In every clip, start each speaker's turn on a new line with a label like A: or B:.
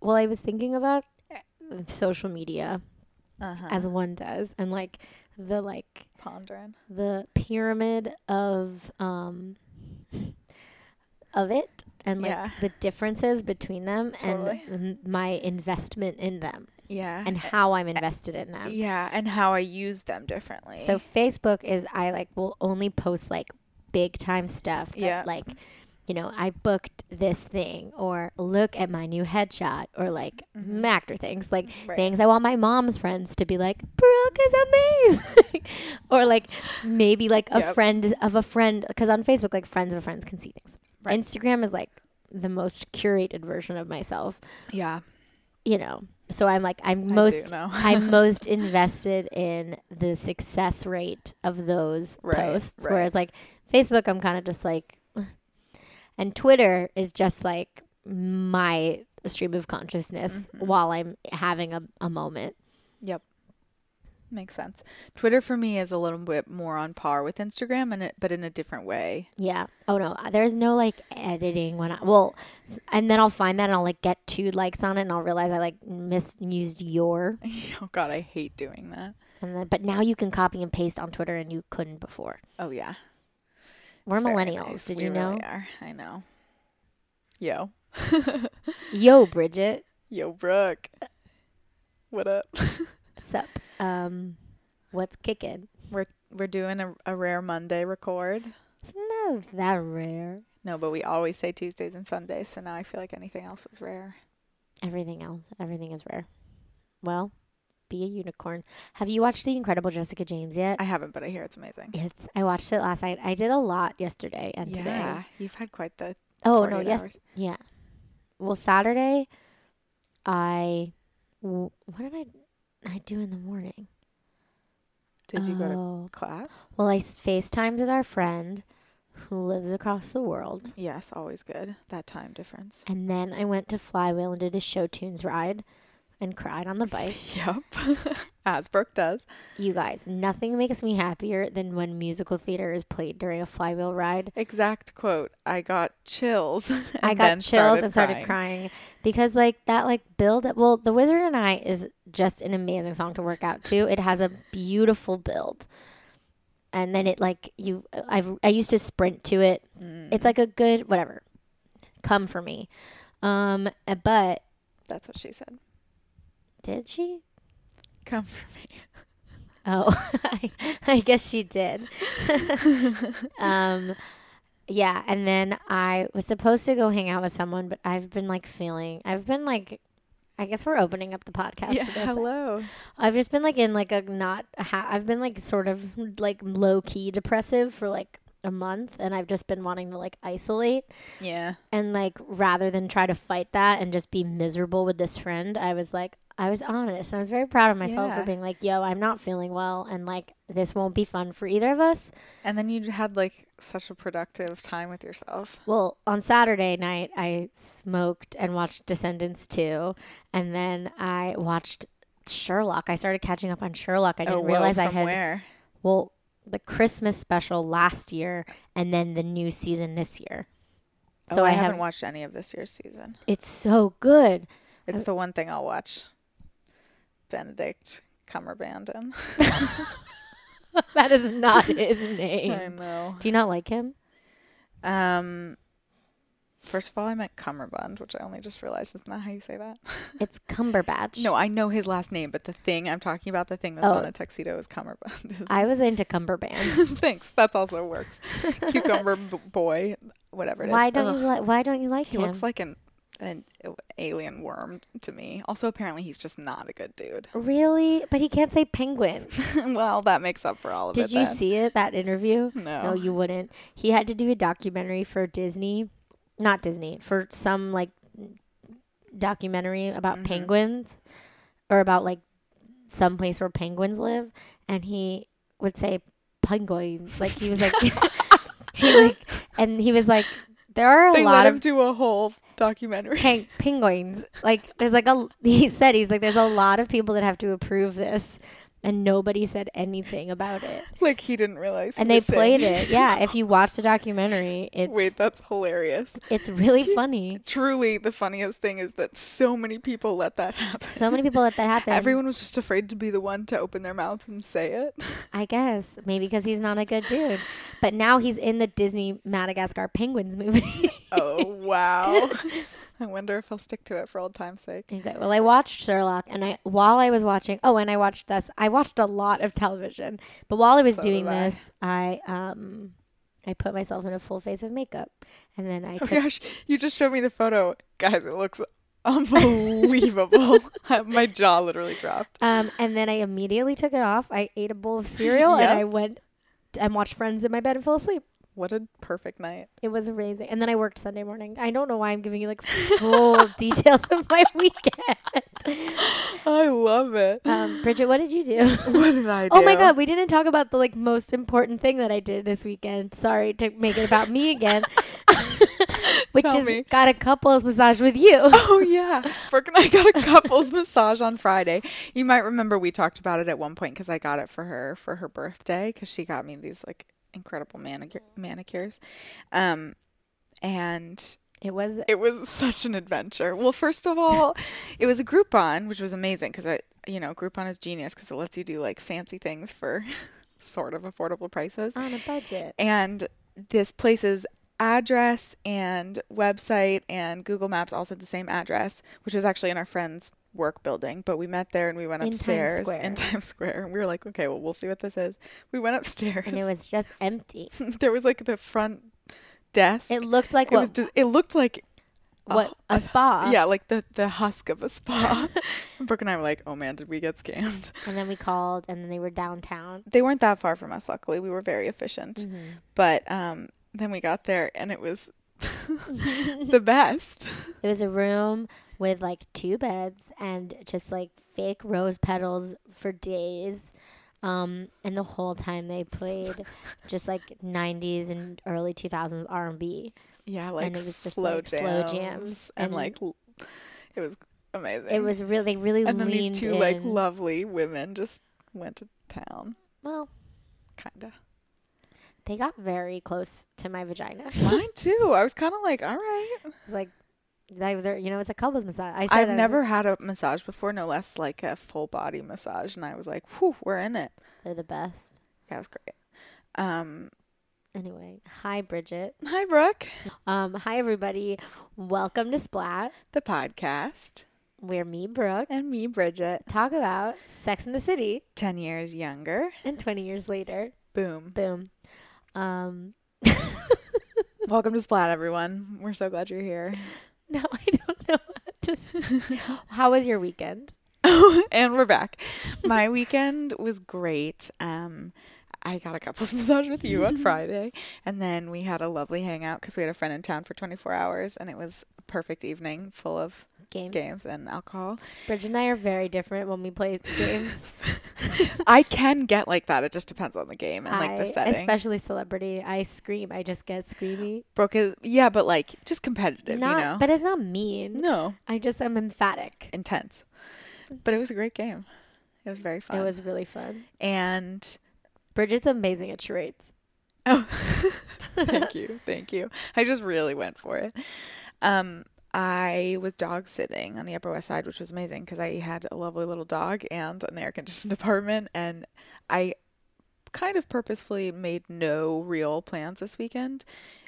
A: Well, I was thinking about uh, social media
B: Uh-huh.
A: as one does, and like the like
B: pondering.
A: the pyramid of um of it, and like
B: Yeah.
A: the differences between them,
B: Totally.
A: and m- my investment in them,
B: Yeah.
A: and how I'm invested in them.
B: yeah, and how I use them differently.
A: So Facebook is I like will only post like big time stuff. that,
B: Yeah.
A: Like, you know, I booked this thing or look at my new headshot or like actor things. Like
B: Mm-hmm. Right.
A: things I want my mom's friends to be like, Brooke is amazing. or like maybe like a
B: Yep.
A: friend of a friend because on Facebook like friends of a friends can see things. Instagram is like the most curated version of myself
B: yeah,
A: you know so i'm like i'm most
B: know.
A: i'm most invested in the success rate of those
B: Right,
A: posts
B: right.
A: whereas like facebook i'm kind of just like and twitter is just like my stream of consciousness
B: Mm-hmm.
A: while i'm having a, a moment
B: yep, makes sense. Twitter for me is a little bit more on par with Instagram, and it, but in a different way.
A: yeah oh no there's no like editing when i well s- and then i'll find that and i'll like get two likes on it and i'll realize i like misused your
B: oh God, I hate doing that.
A: and then but now you can copy and paste on twitter and you couldn't before
B: Oh yeah,
A: we're
B: It's very
A: millennials
B: nice.
A: did
B: We
A: you know
B: really are. I know. Yo,
A: Yo, Bridget.
B: yo, Brooke, what up?
A: Sup? Um, what's kicking?
B: we're we're doing a, a rare Monday record.
A: It's not that rare.
B: No, but we always say Tuesdays and Sundays, so now I feel like anything else is rare.
A: Everything else, everything is rare. Well, be a unicorn. Have you watched The Incredible Jessica James yet?
B: I haven't, but I hear it's amazing.
A: it's. I watched it last night. I did a lot yesterday and today.
B: you've had quite the
A: Oh no,
B: 48
A: yes,
B: hours.
A: yeah. Well, Saturday, I. W- what did I? I do in the morning.
B: Did you go to
A: Oh.
B: class?
A: Well, I s- FaceTimed with our friend, who lives across the world.
B: Yes, always good. That time difference.
A: And then I went to Flywheel and did a show tunes ride and cried on the bike.
B: Yep. As Brooke does.
A: you guys, nothing makes me happier than when musical theater is played during a flywheel ride.
B: Exact quote. I got chills. and
A: I
B: then
A: got chills and started crying. because like that like build up well, The Wizard and I is just an amazing song to work out to. It has a beautiful build. And then it like you I've I used to sprint to it. It's like a good whatever. Come for me. Um but
B: That's what she said.
A: did she?
B: Come for me.
A: Oh, I, I guess she did. um, yeah, and then I was supposed to go hang out with someone, but I've been like feeling, I've been like, I guess we're opening up the podcast.
B: Yeah,
A: to this.
B: hello.
A: I've just been like in like a not, ha- I've been like sort of like low key depressive for like a month, and I've just been wanting to like isolate.
B: Yeah.
A: And like rather than try to fight that and just be miserable with this friend, I was like, I was honest. And I was very proud of myself for
B: Yeah.
A: being like, yo, I'm not feeling well. And like, this won't be fun for either of us.
B: And then you had like such a productive time with yourself.
A: Well, on Saturday night, I smoked and watched Descendants 2. And then I watched Sherlock. I started catching up on Sherlock. I didn't
B: Oh, whoa,
A: realize I
B: from
A: had,
B: where?
A: well, the Christmas special last year and then the new season this year. So
B: oh, I,
A: I,
B: haven't
A: have,
B: watched any of this year's season.
A: it's so good.
B: It's the one thing I'll watch. Benedict Cumberbandon.
A: That is not his name.
B: I know.
A: Do you not like him?
B: Um, First of all, I meant cummerbund, which I only just realized is not how you say that.
A: It's Cumberbatch.
B: no, I know his last name, but the thing I'm talking about, the thing that's
A: Oh.
B: on a tuxedo, is cummerbund.
A: I was into Cumberband.
B: Thanks. That also works. Cucumber b- boy, whatever it is.
A: why don't you
B: Ugh.
A: like? Why don't you like
B: He
A: him?
B: looks like an an alien worm to me. Also, apparently, he's just not a good dude.
A: really, but he can't say penguin.
B: well, that makes up for all of it.
A: Did you
B: then.
A: see it that interview?
B: No.
A: no, you wouldn't. He had to do a documentary for Disney, not Disney, for some like documentary about
B: Mm-hmm.
A: penguins or about like some place where penguins live, and he would say penguin like he was like, he like and he was like there are a
B: They
A: lot
B: let
A: of
B: him do a whole documentary.
A: peng- penguins. Like there's like a he said he's like there's a lot of people that have to approve this, and nobody said anything about it.
B: like he didn't realize. he
A: And they
B: was
A: played
B: saying-
A: it. Yeah, if you watch the documentary, it's
B: Wait, that's hilarious.
A: it's really funny.
B: Truly, the funniest thing is that so many people let that happen.
A: So many people let that happen.
B: Everyone was just afraid to be the one to open their mouth and say it.
A: I guess, maybe because he's not a good dude. But now he's in the Disney Madagascar Penguins movie.
B: oh wow! I wonder if he'll stick to it for old time's sake.
A: Okay, well, I watched Sherlock, and I while I was watching, oh, and I watched this. I watched a lot of television, but while I was
B: So
A: doing
B: did I.
A: this, I um, I put myself in a full face of makeup, and then I
B: Oh
A: took
B: gosh, you just showed me the photo, guys. It looks unbelievable. My jaw literally dropped.
A: um, and then I immediately took it off. I ate a bowl of cereal,
B: Yep.
A: and I went and watched Friends in my bed and fell asleep.
B: What a perfect night.
A: It was amazing. And then I worked Sunday morning. I don't know why I'm giving you like full details of my weekend.
B: I love it.
A: Um, Bridget, what did you do?
B: What did I do?
A: Oh my god, we didn't talk about the like most important thing that I did this weekend. Sorry to make it about me again. Which
B: Tell
A: is
B: me.
A: got a couples massage with you.
B: Oh yeah, Brooke and I got a couples massage on Friday. You might remember we talked about it at one point because I got it for her for her birthday because she got me these like incredible manicure manicures, um, and
A: It was
B: it was such an adventure. Well, first of all, it was a Groupon, which was amazing because I, you know, Groupon is genius because it lets you do like fancy things for sort of affordable prices.
A: on a budget.
B: And this place's address and website and Google Maps all said the same address, which was actually in our friend's work building. But we met there and we went
A: In Times
B: upstairs in
A: Square.
B: Times Square, and we were like, okay, well, we'll see what this is. We went upstairs.
A: And it was just empty.
B: there was like the front desk.
A: It looked like
B: It was.
A: what,
B: Just, it looked like
A: what a spa.
B: yeah, like the the husk of a spa. Brooke and I were like, oh man, did we get scammed?
A: And then we called and then they were downtown.
B: They weren't that far from us, luckily. We were very efficient.
A: Mm-hmm.
B: But um, then we got there and it was the best.
A: It was a room with like two beds and just like fake rose petals for days. Um, and the whole time they played just like 90s and early 2000s R&B.
B: Yeah, like
A: it was just,
B: slow
A: like, slow
B: jams.
A: jams
B: And,
A: and-
B: like, l- it was amazing.
A: It was really, they really
B: And then
A: leaned
B: these two,
A: in.
B: like, lovely women just went to town,
A: well,
B: kind of.
A: they got very close to my vagina.
B: Mine too. I was kind of like, all right.
A: it's like, they were, you know, it's a couple's massage. I said
B: I've
A: I was-
B: never had a massage before, no less like a full body massage. And I was like, whew, we're in it.
A: They're the best.
B: That was great. Um,
A: Anyway, hi, Bridget.
B: hi, Brooke.
A: Um, hi, everybody. Welcome to Splat.
B: The podcast.
A: We're me, Brooke.
B: And me, Bridget.
A: Talk about Sex in the City
B: 10 years younger.
A: and 20 years later.
B: Boom.
A: Boom. Um,
B: Welcome to Splat, everyone. We're so glad you're here.
A: no, I don't know what to say. How was your weekend?
B: and we're back. My weekend was great. Um, I got a couples massage with you on Friday, and then we had a lovely hangout because we had a friend in town for 24 hours, and it was a perfect evening full of
A: Games.
B: games and alcohol.
A: Bridget and I are very different when we play games.
B: I can get like that. It just depends on the game and like the
A: I,
B: setting.
A: especially celebrity, I scream. I just get screamy.
B: Brooke is yeah, but like just competitive,
A: Not,
B: you know.
A: but it's not mean.
B: no,
A: I just am emphatic.
B: intense. But it was a great game. It was very fun.
A: It was really fun.
B: and
A: Bridget's amazing at charades.
B: Oh, thank you, thank you. I just really went for it. Um, I was dog sitting on the Upper West Side, which was amazing because I had a lovely little dog and an air conditioned apartment, and I kind of purposefully made no real plans this weekend.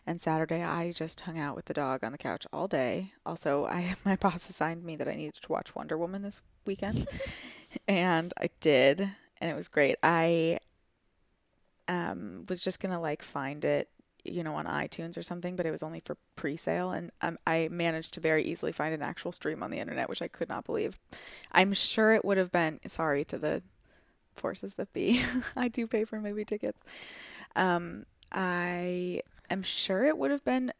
B: And Saturday, I just hung out with the dog on the couch all day. Also, I my boss assigned me that I needed to watch Wonder Woman this weekend, and I did, and it was great. I um, was just gonna like find it, you know, on iTunes or something, but it was only for pre-sale, and um, I managed to very easily find an actual stream on the internet, which I could not believe. I'm sure it would have been sorry to the forces that be. I do pay for movie tickets. Um, I am sure it would have been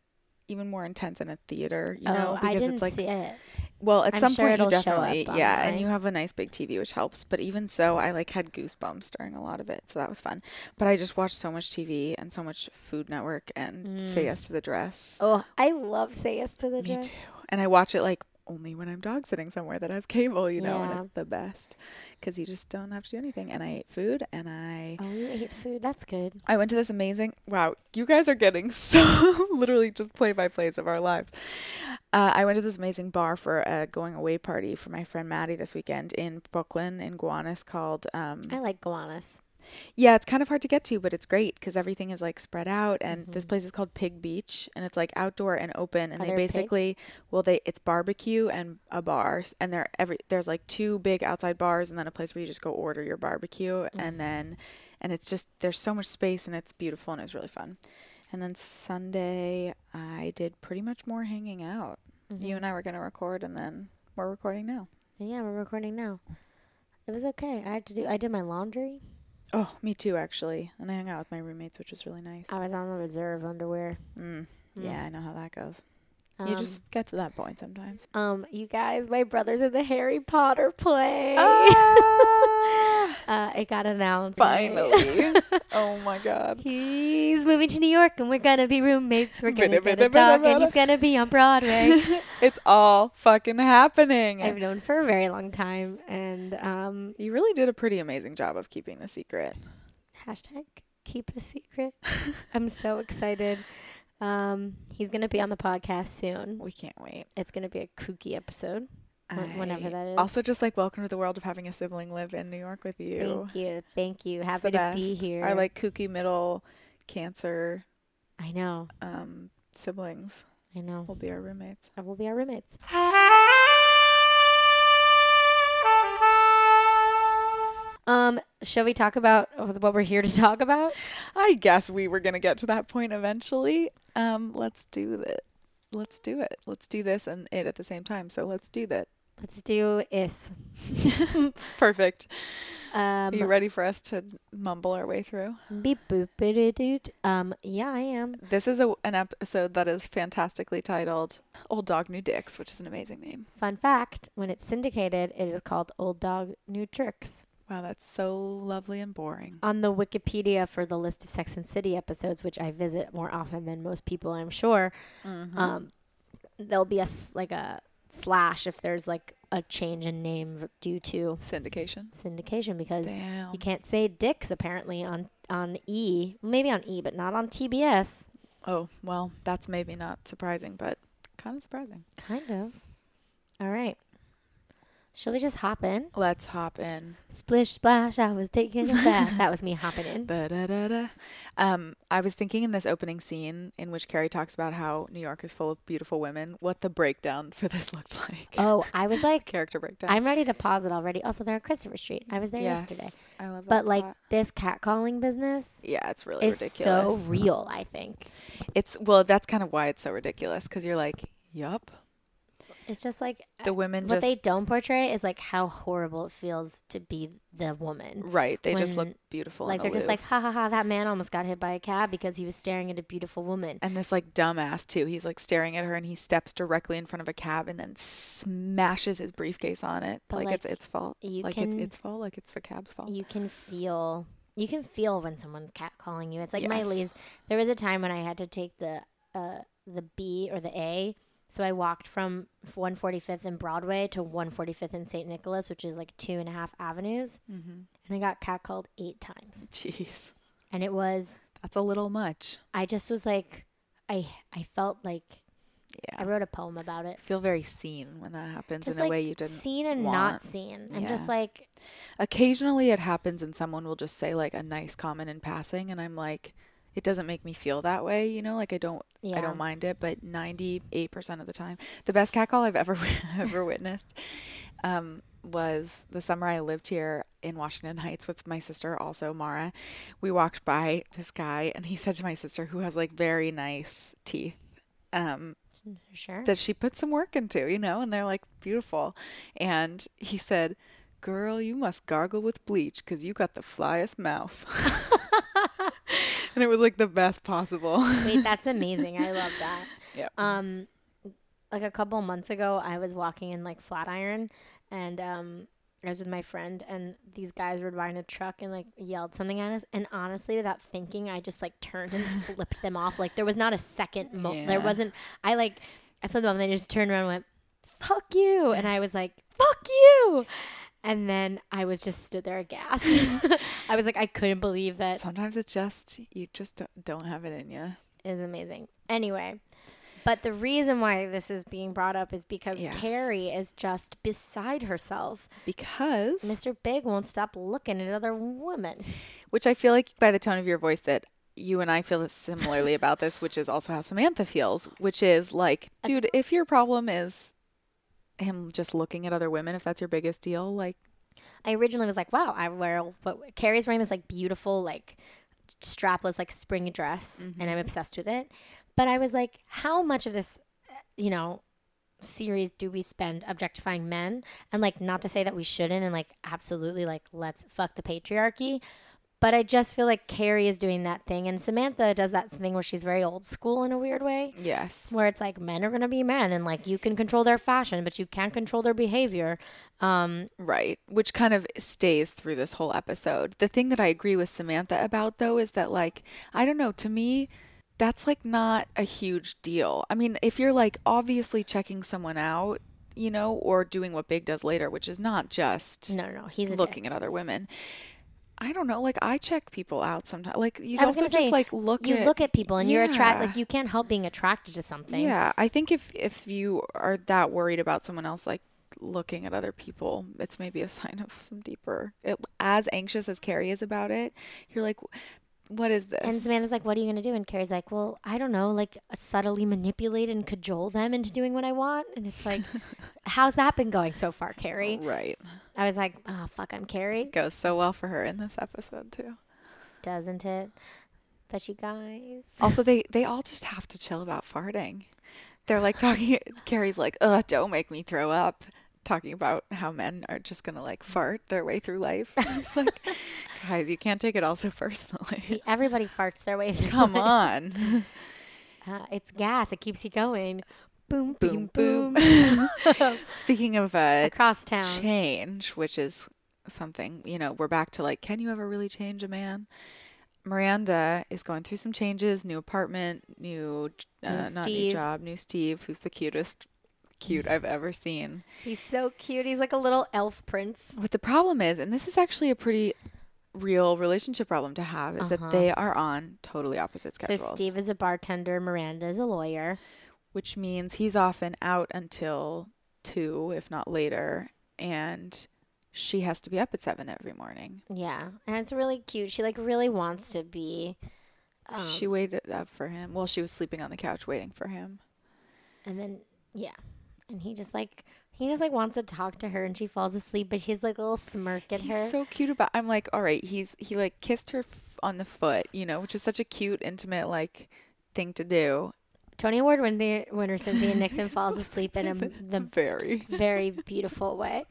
B: even more intense in a theater, you know,
A: oh, I didn't
B: it's like
A: see it.
B: well, at
A: I'm
B: some
A: sure
B: point you
A: it'll show up
B: definitely yeah, and you
A: online.
B: have a nice big TV which helps, but even so I like had goosebumps during a lot of it, so that was fun. But I just watched so much TV and so much Food Network and Say Yes to the Dress.
A: Mm. Oh, I love Say Yes to the
B: Me
A: Dress.
B: too. And I watch it like only when I'm dog sitting somewhere that has cable, you know,
A: Yeah.
B: and it's the best because you just don't have to do anything. And I ate food and I
A: Oh, you ate food. That's good.
B: I went to this amazing. Wow, you guys are getting so literally just play by plays of our lives. Uh, I went to this amazing bar for a going away party for my friend Maddie this weekend in Brooklyn in Gowanus called. Um,
A: I like Gowanus.
B: yeah, it's kind of hard to get to, but it's great because everything is like spread out. And this place is called Pig Beach, and it's like outdoor and open. And
A: Are
B: they
A: there pigs?
B: basically, well, they it's barbecue and a bar, s- and there every there's like two big outside bars, and then a place where you just go order your barbecue, and then, and it's just there's so much space, and it's beautiful, and it's really fun. And then Sunday, I did pretty much more hanging out. You and I were gonna record, and then we're recording now.
A: Yeah, we're recording now. It was okay. I had to do. I did my laundry.
B: Oh, me too, actually. And I hung out with my roommates, which was really nice.
A: I was on the reserve underwear.
B: Yeah, I know how that goes. you just get to that point sometimes.
A: Um, you guys, my brother's in the Harry Potter play. uh, it got announced.
B: Ah! Finally. oh my god.
A: He's moving to New York, and we're gonna be roommates. We're gonna
B: Bada,
A: get a
B: bada, bada,
A: dog, and
B: bada.
A: he's gonna be on Broadway.
B: It's all fucking happening.
A: I've known for a very long time, and um,
B: you really did a pretty amazing job of keeping the secret.
A: hashtag keep a secret. I'm so excited. Um, he's gonna be on the podcast soon.
B: We can't wait.
A: It's gonna be a kooky episode. Wh- whenever
B: I-
A: that is.
B: Also just like welcome to the world of having a sibling live in New York with you.
A: Thank you, thank you.
B: It's
A: Happy
B: the
A: to be
B: best.
A: here.
B: Our like kooky middle cancer
A: I know,
B: um siblings
A: I know.
B: will be our roommates.
A: And We'll be our roommates. Um, shall we talk about what we're here to talk about?
B: I guess we were gonna get to that point eventually. Um, let's do that. Let's do it. Let's do this and it at the same time. So let's do that.
A: Let's do is.
B: Perfect. Are you
A: Um,
B: ready for us to mumble our way through?
A: beep boop doot. Um, yeah, I am.
B: This is a, an episode that is fantastically titled "Old Dog New Dicks," which is an amazing name.
A: Fun fact: when it's syndicated, it is called "Old Dog New Tricks."
B: Wow, that's so lovely and boring.
A: On the Wikipedia for the list of Sex and City episodes, which I visit more often than most people, I'm sure, um, there'll be a s- like a slash if there's like a change in name v- due to
B: Syndication.
A: syndication because
B: Damn.
A: you can't say dicks apparently on on E, maybe on E, but not on TBS.
B: Oh well, that's maybe not surprising, but kind of surprising.
A: Kind of. All right. Shall we just hop in?
B: Let's hop in.
A: Splish splash, I was taking a bath. that was me hopping in.
B: Ba-da-da-da. Um, I was thinking in this opening scene in which Carrie talks about how New York is full of beautiful women, what the breakdown for this looked like.
A: Oh, I was like,
B: Character breakdown.
A: I'm ready to pause it already. Also, they're on Christopher Street. I was there
B: Yes.
A: yesterday.
B: I love that.
A: But like
B: spot.
A: this catcalling business
B: yeah, it's really
A: is
B: ridiculous.
A: so real. I think
B: It's well, that's kind of why it's so ridiculous because you're like, yup.
A: it's just like
B: The women
A: what
B: just
A: they don't portray is like how horrible it feels to be the woman.
B: right. They just look
A: when,
B: beautiful.
A: Like
B: in
A: they're
B: the
A: just like,
B: Louvre.
A: ha ha ha! That man almost got hit by a cab because he was staring at a beautiful woman.
B: and this like dumbass too. He's like staring at her and he steps directly in front of a cab and then smashes his briefcase on it.
A: But,
B: Like,
A: like,
B: it's its fault.
A: you
B: like it's
A: can-
B: its fault. Like it's the cab's fault.
A: you can feel you can feel when someone's catcalling you. It's like my
B: Yes.
A: least. There was a time when I had to take the uh, the B or the A, so I walked from 145th and Broadway to 145th and St. Nicholas, which is like two and a half avenues,
B: Mm-hmm.
A: and I got catcalled eight times,
B: Jeez,
A: and it was
B: that's a little much.
A: I just was like I I felt like I wrote a poem about it.
B: feel very seen when that happens
A: Just
B: in a
A: like
B: way you didn't
A: seen and
B: want.
A: not seen, and just
B: Yeah.
A: like
B: Occasionally it happens and someone will just say like a nice comment in passing and I'm like it doesn't make me feel that way, you know, like I don't I
A: Yeah.
B: don't mind it, but 98% of the time, the best catcall I've ever ever witnessed um was the summer I lived here in Washington Heights with my sister, also Mara. We walked by this guy and he said to my sister who has like very nice teeth
A: sure.
B: that she put some work into, you know, and they're like beautiful. And he said, Girl, you must gargle with bleach because you got the flyest mouth. and it was like the best possible.
A: Wait, that's amazing. I love that.
B: Yep.
A: Um, like a couple months ago, I was walking in like Flatiron, and um, I was with my friend, and these guys were buying a truck and like yelled something at us. And honestly, without thinking, I just like turned and flipped them off. Like there was not a second. Mo- There
B: Yeah.
A: wasn't. I like I flipped them off, and they just turned around and went, "Fuck you," and I was like, "Fuck you." And then I was just stood there aghast. I was like, I couldn't believe that
B: Sometimes it's just, you just don't- don't have it in you.
A: is amazing. Anyway, but the reason why this is being brought up is because
B: Yes.
A: Carrie is just beside herself.
B: Because,
A: Mr. Big won't stop looking at other women.
B: which I feel like by the tone of your voice that you and I feel similarly about this, which is also how Samantha feels, which is like, dude, if your problem is him just looking at other women, if that's your biggest deal, like,
A: I originally was like, wow, I wear what Carrie's wearing this like beautiful like strapless like spring dress and I'm obsessed with it. But I was like, how much of this, uh, you know, series do we spend objectifying men? And like not to say that we shouldn't and like absolutely like let's fuck the patriarchy, but I just feel like Carrie is doing that thing and Samantha does that thing where she's very old school in a weird way
B: yes.
A: where it's like men are going to be men and like you can control their fashion but you can't control their behavior
B: Right, which kind of stays through this whole episode. The thing that I agree with Samantha about, though, is that, like, I don't know, to me, that's like not a huge deal. I mean, if you're like obviously checking someone out, you know, or doing what Big does later, which is not just
A: no no no he's a dick.
B: looking at other women. I don't know, like, I check people out sometimes. Like, you
A: I was
B: also
A: gonna
B: just
A: say,
B: like look
A: you
B: at
A: look at people and you're attracted
B: Yeah.
A: like you can't help being attracted to something
B: Yeah, I think if if you are that worried about someone else like looking at other people, it's maybe a sign of some deeper. It, as anxious as Carrie is about it, you're like, what is this?
A: and Samantha's like, "What are you gonna do?" And Carrie's like, "Well, I don't know. Like, subtly manipulate and cajole them into doing what I want." And it's like, "How's that been going so far, Carrie?"
B: right,
A: I was like, "Oh fuck, I'm Carrie,
B: goes so well for her in this episode too.
A: doesn't it?" But you guys,
B: Also, they they all just have to chill about farting. They're like talking. Carrie's like, ugh, don't make me throw up. Talking about how men are just gonna like fart their way through life. It's like, guys, you can't take it all so personally.
A: we- everybody farts their way through.
B: Come on.
A: Uh, it's gas. It keeps you going. Boom, boom,
B: Boom,
A: boom.
B: Speaking of uh,
A: Across town.
B: change, which is something, you know, we're back to like, can you ever really change a man? Miranda is going through some changes, new apartment, new, uh, not new
A: Steve. Mm.
B: job, new Steve, who's the cutest cute I've ever seen.
A: He's so cute. He's like a little elf prince.
B: What the problem is, and this is actually a pretty real relationship problem to have, is that they are on totally opposite schedules.
A: Uh-huh. So Steve is a bartender. Miranda is a lawyer.
B: which means he's often out until two, if not later, and she has to be up at seven every morning.
A: Yeah, and it's really cute. She like really wants to be, Um,
B: she waited up for him. Well, she was sleeping on the couch waiting for him.
A: and then yeah, and he just like he just like wants to talk to her, and she falls asleep. But he's like a little smirk at her.
B: He's so cute about. I'm like, all right, he's he like kissed her f- on the foot, you know, which is such a cute, intimate like thing to do.
A: Tony Award winner, winner Cynthia Nixon falls asleep in a, the
B: Very
A: very beautiful way,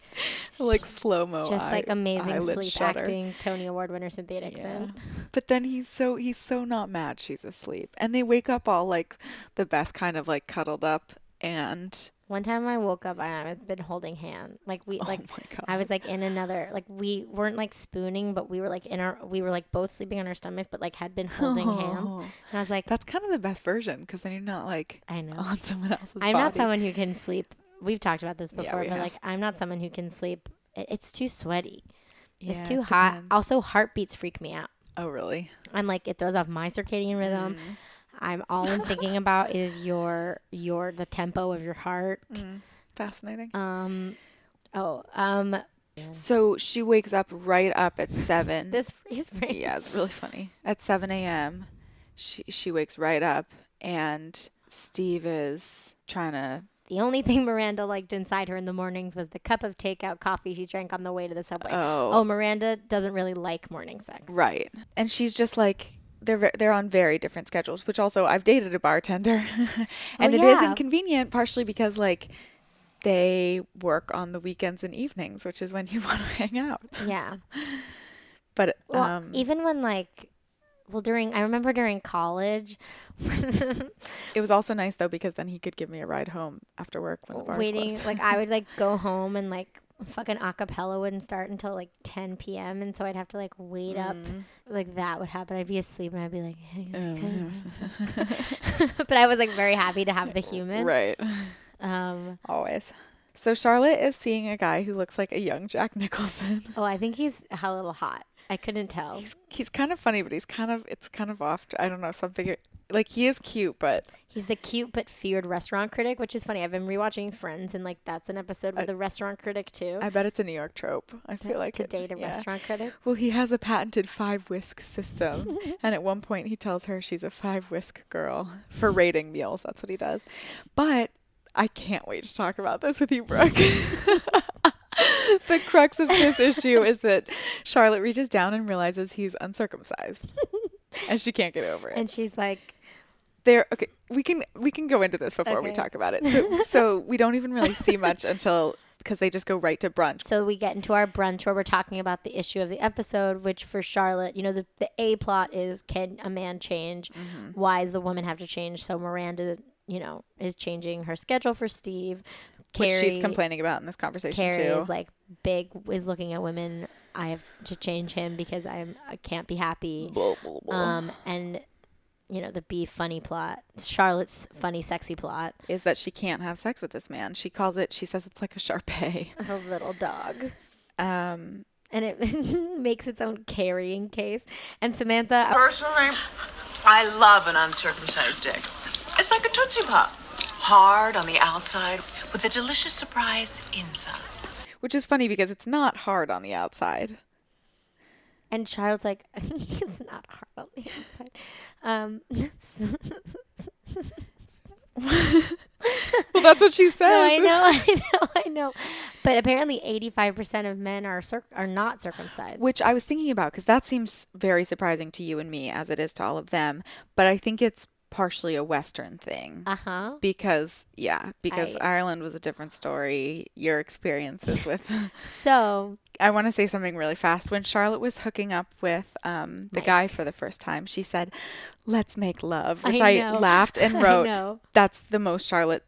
B: like slow mo,
A: just like amazing sleep acting. Tony Award winner Cynthia Nixon.
B: But then he's so he's so not mad she's asleep. And they wake up all like the best kind of like cuddled up and
A: One time I woke up and I've been holding hand. Like we
B: Oh
A: like I was like in another like we weren't like spooning, but we were like in our we were like both sleeping on our stomachs, but like had been holding hands. And I was like,
B: Oh. that's kind of the best version because then you're not like
A: I know.
B: on someone else's
A: I'm not
B: body.
A: someone who can sleep. We've talked about this before,
B: we
A: but
B: have.
A: like I'm not someone who can sleep. It, it's too sweaty.
B: Yeah,
A: it's too
B: it
A: hot.
B: depends.
A: Also, heartbeats freak me out.
B: Oh really? Mm.
A: I'm like it throws off my circadian rhythm. I'm all I'm thinking about is your your the tempo of your heart.
B: Mm. Fascinating.
A: Um, oh, um,
B: so she wakes up right up at seven.
A: this freeze frame.
B: yeah, it's really funny. At 7 a.m., she she wakes right up, and Steve is trying to.
A: The only thing Miranda liked inside her in the mornings was the cup of takeout coffee she drank on the way to the subway.
B: Oh.
A: Miranda doesn't really like morning sex.
B: Right, and she's just like they're ve- they're on very different schedules. Which also, I've dated a bartender, and it is
A: yeah.
B: inconvenient, partially because like they work on the weekends and evenings, which is when you want to hang out.
A: Yeah.
B: But
A: Well,
B: um,
A: even when like, well, during I remember during college,
B: it was also nice though because then he could give me a ride home after work when the bar
A: waiting
B: closed.
A: like I would like go home and like fucking acapella wouldn't start until like 10 p.m. and so I'd have to like wait up
B: Mm.
A: like that would happen I'd be asleep and I'd be like
B: Oh,
A: but I was like very happy to have the human
B: right.
A: um
B: Always. So Charlotte is seeing a guy who looks like a young Jack Nicholson.
A: oh I think he's a little hot I couldn't tell
B: He's he's kind of funny, but he's kind of it's kind of off. I don't know something like he is cute, but
A: He's the cute but feared restaurant critic, which is funny. I've been rewatching Friends, and like that's an episode with a restaurant critic too.
B: I bet it's a New York trope. I feel like
A: to
B: it-
A: date a
B: yeah.
A: restaurant critic.
B: Well, he has a patented five whisk system, and at one point he tells her she's a five whisk girl for rating meals. That's what he does. But I can't wait to talk about this with you, Brooke. the crux of this issue is that Charlotte reaches down and realizes he's uncircumcised, and she can't get over it.
A: And she's like,
B: there okay we can we can go into this before we
A: Okay.
B: talk about it so, so we don't even really see much until because they just go right to brunch
A: so we get into our brunch where we're talking about the issue of the episode, which for Charlotte, you know, the, the A plot is can a man change?
B: Mm-hmm.
A: Why does the woman have to change? So Miranda, you know, is changing her schedule for Steve.
B: which
A: Carrie,
B: she's complaining about in this conversation
A: Carrie
B: too
A: is like big is looking at women. I have to change him because I'm I can't be happy.
B: Blah, blah, blah.
A: Um, and you know the B funny plot, Charlotte's funny sexy plot,
B: is that she can't have sex with this man she calls it she says it's like a sharpay
A: the little dog,
B: um
A: and it makes its own carrying case. And Samantha,
C: Personally, I love an uncircumcised dick. It's like a Tootsie Pop. Hard on the outside with a delicious surprise inside.
B: which is funny because it's not hard on the outside
A: and Charlotte's like, it's not hard on the outside. Um,
B: well that's what she says
A: no, I know, I know, I know. But apparently, eighty-five percent of men are circ- are not circumcised.
B: which I was thinking about because that seems very surprising to you and me as it is to all of them. But I think it's partially a Western thing.
A: Uh-huh.
B: Uh huh. Because, yeah, because Ireland was a different story. Your experiences with.
A: so
B: I want to say something really fast. When Charlotte was hooking up with um, the guy for the first time, she said, Let's make love, which I,
A: I know.
B: laughed and
A: I
B: wrote,
A: know.
B: That's the most Charlotte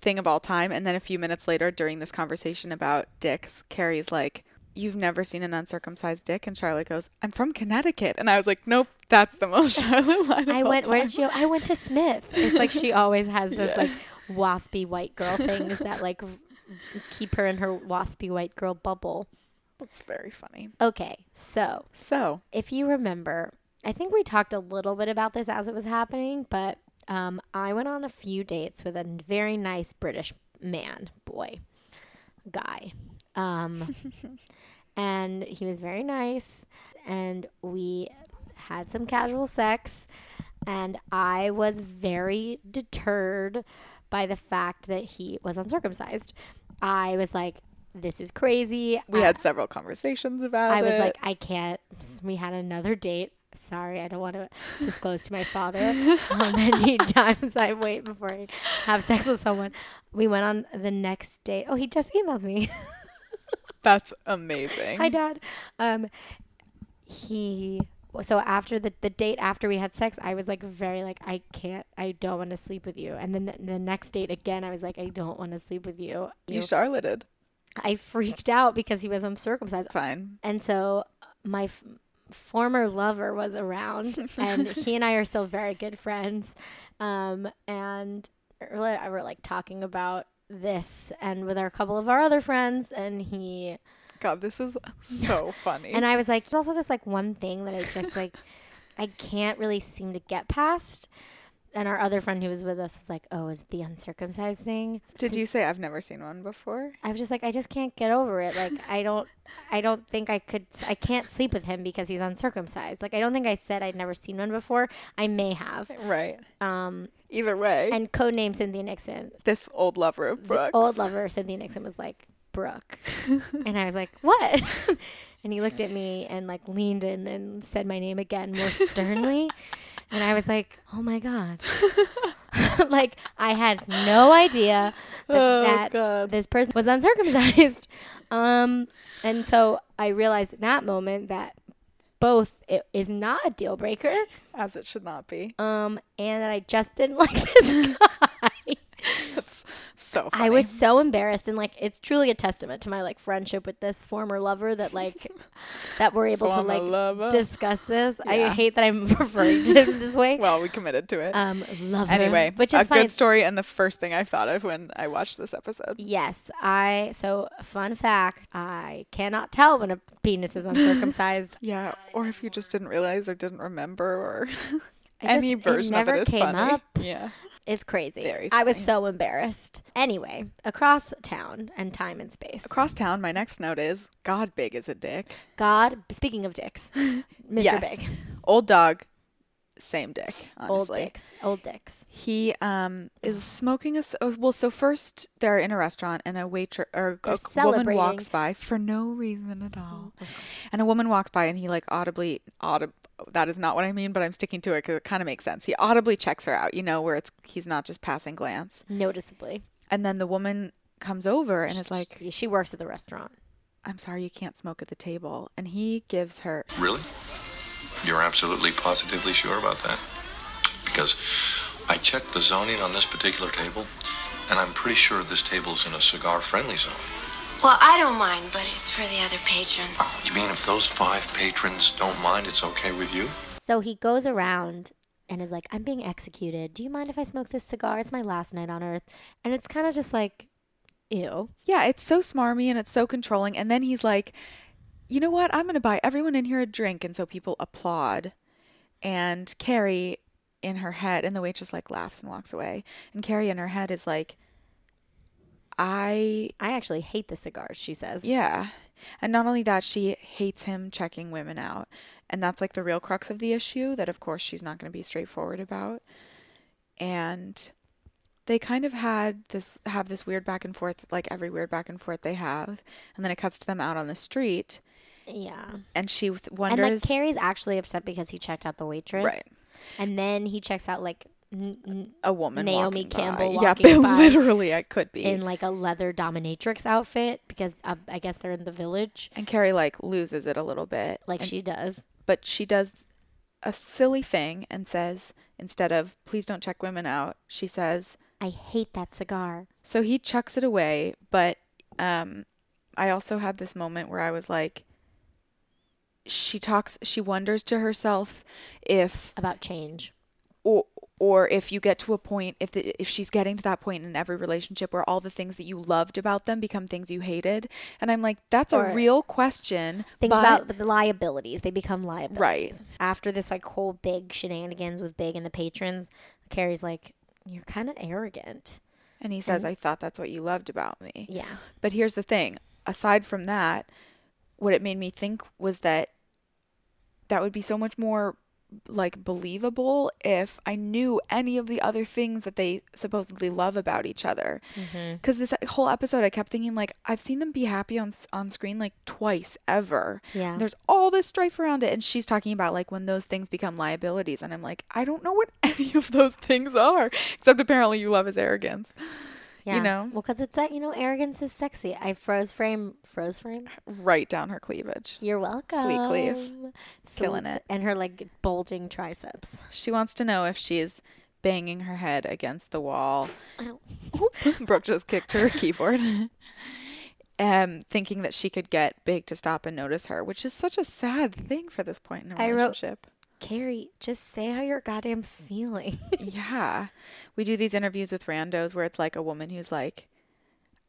B: thing of all time. And then a few minutes later, during this conversation about dicks, Carrie's like, You've never seen an uncircumcised dick? And Charlotte goes, I'm from Connecticut. And I was like, Nope, that's the most Charlotte line of
A: I
B: all
A: went. Where did
B: time."
A: she? go? I went to Smith. It's like she always has those like waspy white girl things that like r- keep her in her waspy white girl bubble.
B: That's very funny.
A: Okay, so
B: So,
A: if you remember, I think we talked a little bit about this as it was happening, but um, I went on a few dates with a very nice British man, boy, guy. Um, and he was very nice, and we had some casual sex, and I was very deterred by the fact that he was uncircumcised. I was like, this is crazy.
B: we
A: I-
B: had several conversations about
A: I
B: it.
A: was like, I can't. We had another date. Sorry, I don't want to disclose to my father how many times I wait before I have sex with someone. We went on the next date. Oh, he just emailed me.
B: That's amazing.
A: Hi, Dad. Um, he. So after the, the date after we had sex, I was like very like I can't I don't want to sleep with you. And then the, the next date again, I was like I don't want to sleep with you.
B: you Charlotted.
A: I freaked out because he was uncircumcised.
B: Fine.
A: And so uh, my f- former lover was around, and he and I are still very good friends. Um, and really, I were like talking about this and with our couple of our other friends, and he
B: God, this is so funny.
A: and I was like, there's also this like one thing that I just like, I can't really seem to get past. and our other friend who was with us was like, "Oh, is it the uncircumcised thing?"
B: Did you say I've never seen one before?
A: I was just like, I just can't get over it. Like, I don't, I don't think I could, I can't sleep with him because he's uncircumcised. Like, I don't think I said I'd never seen one before. I may have.
B: Right.
A: Um,
B: Either way,
A: and codename Cynthia Nixon.
B: this old lover of
A: The
B: Brooks.
A: old lover Cynthia Nixon was like Brooke, and I was like, what? and he looked at me and like leaned in and said my name again more sternly, and I was like, oh my god. like I had no idea that, that this person was uncircumcised. Um, and so I realized in that moment that both it is not a deal breaker,
B: as it should not be.
A: um, and that I just didn't like this guy.
B: That's so funny.
A: I was so embarrassed, and like it's truly a testament to my like friendship with this former lover that like that we're able
B: Former
A: to like
B: lover.
A: discuss this. I
B: Yeah.
A: hate that I'm referring to him this way.
B: well, we committed to it.
A: um, lover,
B: anyway,
A: which is
B: a
A: fine.
B: good story and the first thing I thought of when I watched this episode.
A: Yes, I. So, fun fact: I cannot tell when a penis is uncircumcised.
B: Yeah, or if you just didn't realize or didn't remember or
A: I
B: any
A: just- it
B: version
A: never
B: of it is
A: came
B: funny.
A: up.
B: Yeah.
A: It's crazy.
B: Very
A: I was
B: funny.
A: so embarrassed. Anyway, across town and time and space.
B: Across town, my next note is God big is a dick.
A: God. Speaking of dicks, Mr.
B: Yes.
A: Big,
B: Old dog, same dick, honestly.
A: old dicks, old dicks.
B: He um is smoking a c- oh, well. So first they're in a restaurant and a waitress or a
A: They're
B: c- woman
A: celebrating. Oh,
B: walks by for no reason at all, and a woman walks by and he like audibly audib. That is not what I mean, but I'm sticking to it because it kind of makes sense. He audibly checks her out, you know, where it's he's not just passing glance.
A: Noticeably,
B: And then the woman comes over and is like,
A: she, she works at the restaurant.
B: "I'm sorry, you can't smoke at the table." And he gives her
D: Really? You're absolutely positively sure about that? Because I checked the zoning on this particular table, and I'm pretty sure this table's in a cigar friendly zone.
E: Well, I don't mind, but it's for the other patrons.
D: You mean if those five patrons don't mind, it's okay with you?
A: So he goes around and is like, I'm being executed. Do you mind if I smoke this cigar? It's my last night on earth. And it's kind of just like, ew.
B: Yeah, it's so smarmy and it's so controlling. And then he's like, you know what? I'm going to buy everyone in here a drink. And so people applaud. And Carrie in her head, and the waitress like laughs and walks away. And Carrie in her head is like, I,
A: I actually hate the cigars, she says.
B: yeah. And not only that, she hates him checking women out. And that's like the real crux of the issue that, of course, she's not going to be straightforward about. And they kind of had this have this weird back and forth like every weird back and forth they have and then it cuts to them out on the street
A: Yeah.
B: and she th-
A: And
B: wonders
A: like Carrie's actually upset because he checked out the waitress.
B: Right.
A: And then he checks out like n- n-
B: a woman
A: Naomi
B: walking by.
A: Campbell
B: yeah
A: walking by
B: but literally I could be
A: in like a leather dominatrix outfit because uh, I guess they're in the village
B: and Carrie like loses it a little bit
A: like
B: and-
A: she does.
B: but she does a silly thing and says instead of please don't check women out she says
A: I hate that cigar.
B: So he chucks it away, but um I also had this moment where I was like she talks she wonders to herself if
A: About change.
B: or or if you get to a point if the, if she's getting to that point in every relationship where all the things that you loved about them become things you hated and I'm like that's
A: Or
B: a real question
A: Things
B: but-
A: about the liabilities. They become liabilities.
B: right
A: after this like whole big shenanigans with Big and the patrons, Carrie's like, "You're kind of arrogant."
B: and he
A: Mm-hmm.
B: says I thought that's what you loved about me
A: Yeah,
B: But here's the thing aside from that, what it made me think was that that would be so much more like believable if I knew any of the other things that they supposedly love about each other. Because this whole episode, I kept thinking like I've seen them be happy on s- on screen like twice ever.
A: Yeah.
B: there's all this strife around it, and she's talking about like when those things become liabilities, and I'm like, I don't know what any of those things are, except apparently you love his arrogance.
A: yeah.
B: know?
A: well, because it's that you know, arrogance is sexy. I froze frame, froze frame.
B: Right down her cleavage.
A: You're welcome.
B: cleave.
A: Sweet-
B: Killing it.
A: and her like bulging triceps.
B: She wants to know if she's banging her head against the wall.
A: Ow.
B: Brooke just kicked her keyboard. Um, thinking that she could get Big to stop and notice her, which is such a sad thing for this point in a
A: I wrote-
B: relationship.
A: Carrie, just say how you're goddamn feeling.
B: yeah, we do these interviews with randos where it's like a woman who's like,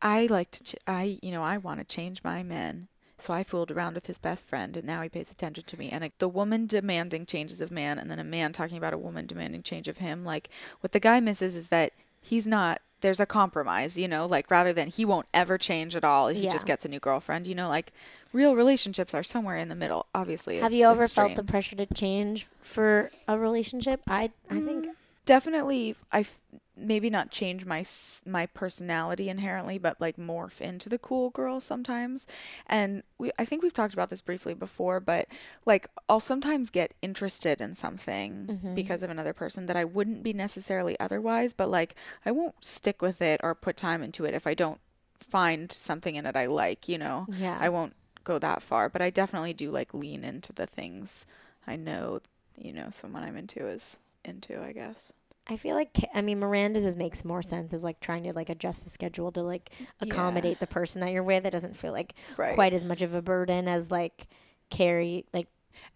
B: "I like to, ch- I, you know, I want to change my men," So I fooled around with his best friend, and now he pays attention to me. And like, the woman demanding changes of man, and then a man talking about a woman demanding change of him. Like, what the guy misses is that he's not. There's a compromise, you know. Like rather than he won't ever change at all, he
A: Yeah.
B: just gets a new girlfriend. You know, like real relationships are somewhere in the middle. Obviously,
A: Have
B: it's
A: you ever felt the
B: extremes.
A: pressure to change for a relationship? I I think
B: definitely I f- maybe not change my s- my personality inherently, but like morph into the cool girl sometimes. And we I think we've talked about this briefly before, but like I'll sometimes get interested in something because of another person that I wouldn't be necessarily otherwise, but like I won't stick with it or put time into it if I don't find something in it I like, you know.
A: Yeah.
B: I won't go that far, but I definitely do like lean into the things I know, you know, someone I'm into is into, I guess.
A: I feel like Ca- I mean Miranda's is makes more sense is like trying to like adjust the schedule to like accommodate the person that you're with. It doesn't feel like
B: Right.
A: quite as much of a burden as like Carrie. Like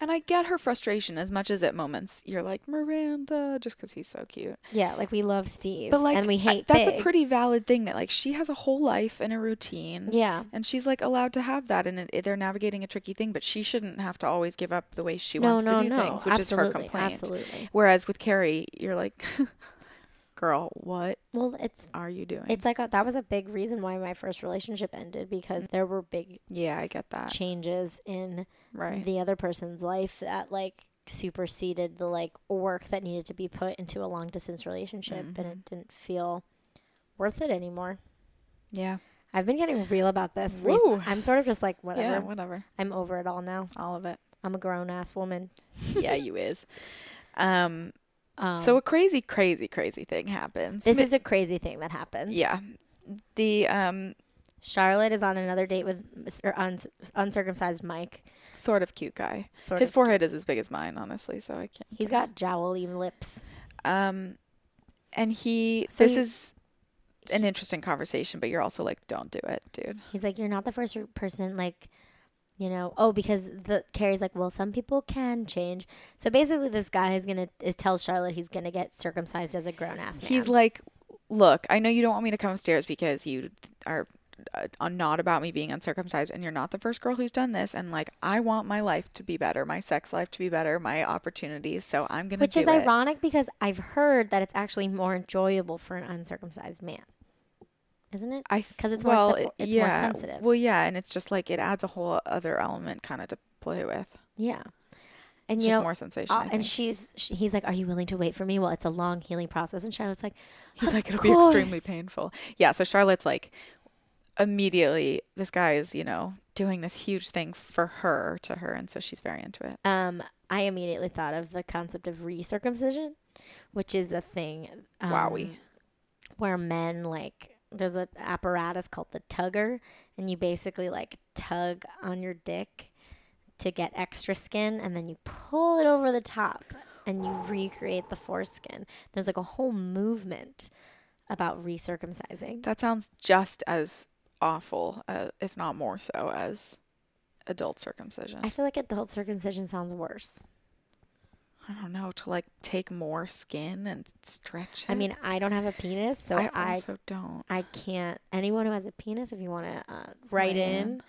B: And I get her frustration as much as at moments you're like Miranda just because he's so cute.
A: yeah, like we love Steve,
B: But like
A: and
B: I-
A: we hate
B: that's a
A: Big.
B: pretty valid thing that like she has a whole life and a routine.
A: Yeah.
B: And she's like allowed to have that and it, they're navigating a tricky thing, but she shouldn't have to always give up the way she
A: No,
B: wants
A: no,
B: to do
A: no.
B: things, which is her
A: Absolutely,
B: complaint.
A: absolutely.
B: Whereas with Carrie, you're like girl, what
A: well. It's
B: are you doing?
A: it's like a, that was a big reason why my first relationship ended because there were big
B: yeah, I get that.
A: changes in
B: Right.
A: the other person's life that like superseded the like work that needed to be put into a long distance relationship and
B: Mm-hmm.
A: it didn't feel worth it anymore.
B: yeah.
A: I've been getting real about this.
B: Woo.
A: recent- I'm sort of just like whatever.
B: Yeah, whatever.
A: I'm over it all now.
B: All of it.
A: I'm a grown ass woman.
B: yeah, you is. Um, so a crazy, crazy, crazy thing happens.
A: This
B: Mi-
A: is a crazy thing that happens.
B: yeah. The um,
A: Charlotte is on another date with mis- or uns- uncircumcised Mike.
B: sort of cute guy.
A: Sort
B: His
A: of
B: forehead is as big as mine, honestly. So I can't.
A: He's got jowly lips.
B: Um, and he.
A: So
B: this
A: he-
B: is an interesting conversation, but you're also like, don't do it, dude.
A: He's like, you're not the first person, like, you know. Oh, because the Carrie's like, well, some people can change. So basically, this guy is gonna is tells Charlotte he's gonna get circumcised as a grown ass man.
B: He's like, look, I know you don't want me to come upstairs because you are uh, not about me being uncircumcised, and you're not the first girl who's done this. And like, I want my life to be better, my sex life to be better, my opportunities. So I'm gonna.
A: which
B: do
A: is
B: it.
A: ironic because I've heard that it's actually more enjoyable for an uncircumcised man, isn't it?
B: I
A: because it's
B: well,
A: more th- it's
B: yeah,
A: more sensitive.
B: Well, yeah, and it's just like it adds a whole other element kind of to play with.
A: yeah, and
B: It's
A: you
B: just
A: know,
B: more sensation. I
A: uh,
B: think.
A: and she's she, he's like, are you willing to wait for me? Well, it's a long healing process, and Charlotte's like,
B: He's
A: "Of
B: like, it'll be extremely
A: course."
B: painful. Yeah. So Charlotte's like, immediately, this guy is, you know, doing this huge thing for her to her. And so she's very into it.
A: Um, I immediately thought of the concept of recircumcision, which is a thing. Um,
B: Wowie.
A: Where men like there's an apparatus called the tugger, and you basically like tug on your dick to get extra skin, and then you pull it over the top, and you recreate the foreskin. There's like a whole movement about recircumcising.
B: That sounds just as awful, uh, if not more so, as adult circumcision.
A: I feel like adult circumcision sounds worse.
B: I don't know. To like take more skin and stretch it.
A: I mean, I don't have a penis, so
B: I
A: I,
B: also don't.
A: I can't. Anyone who has a penis, if you want to
B: Oh,
A: uh, write
B: Write
A: in,
B: in.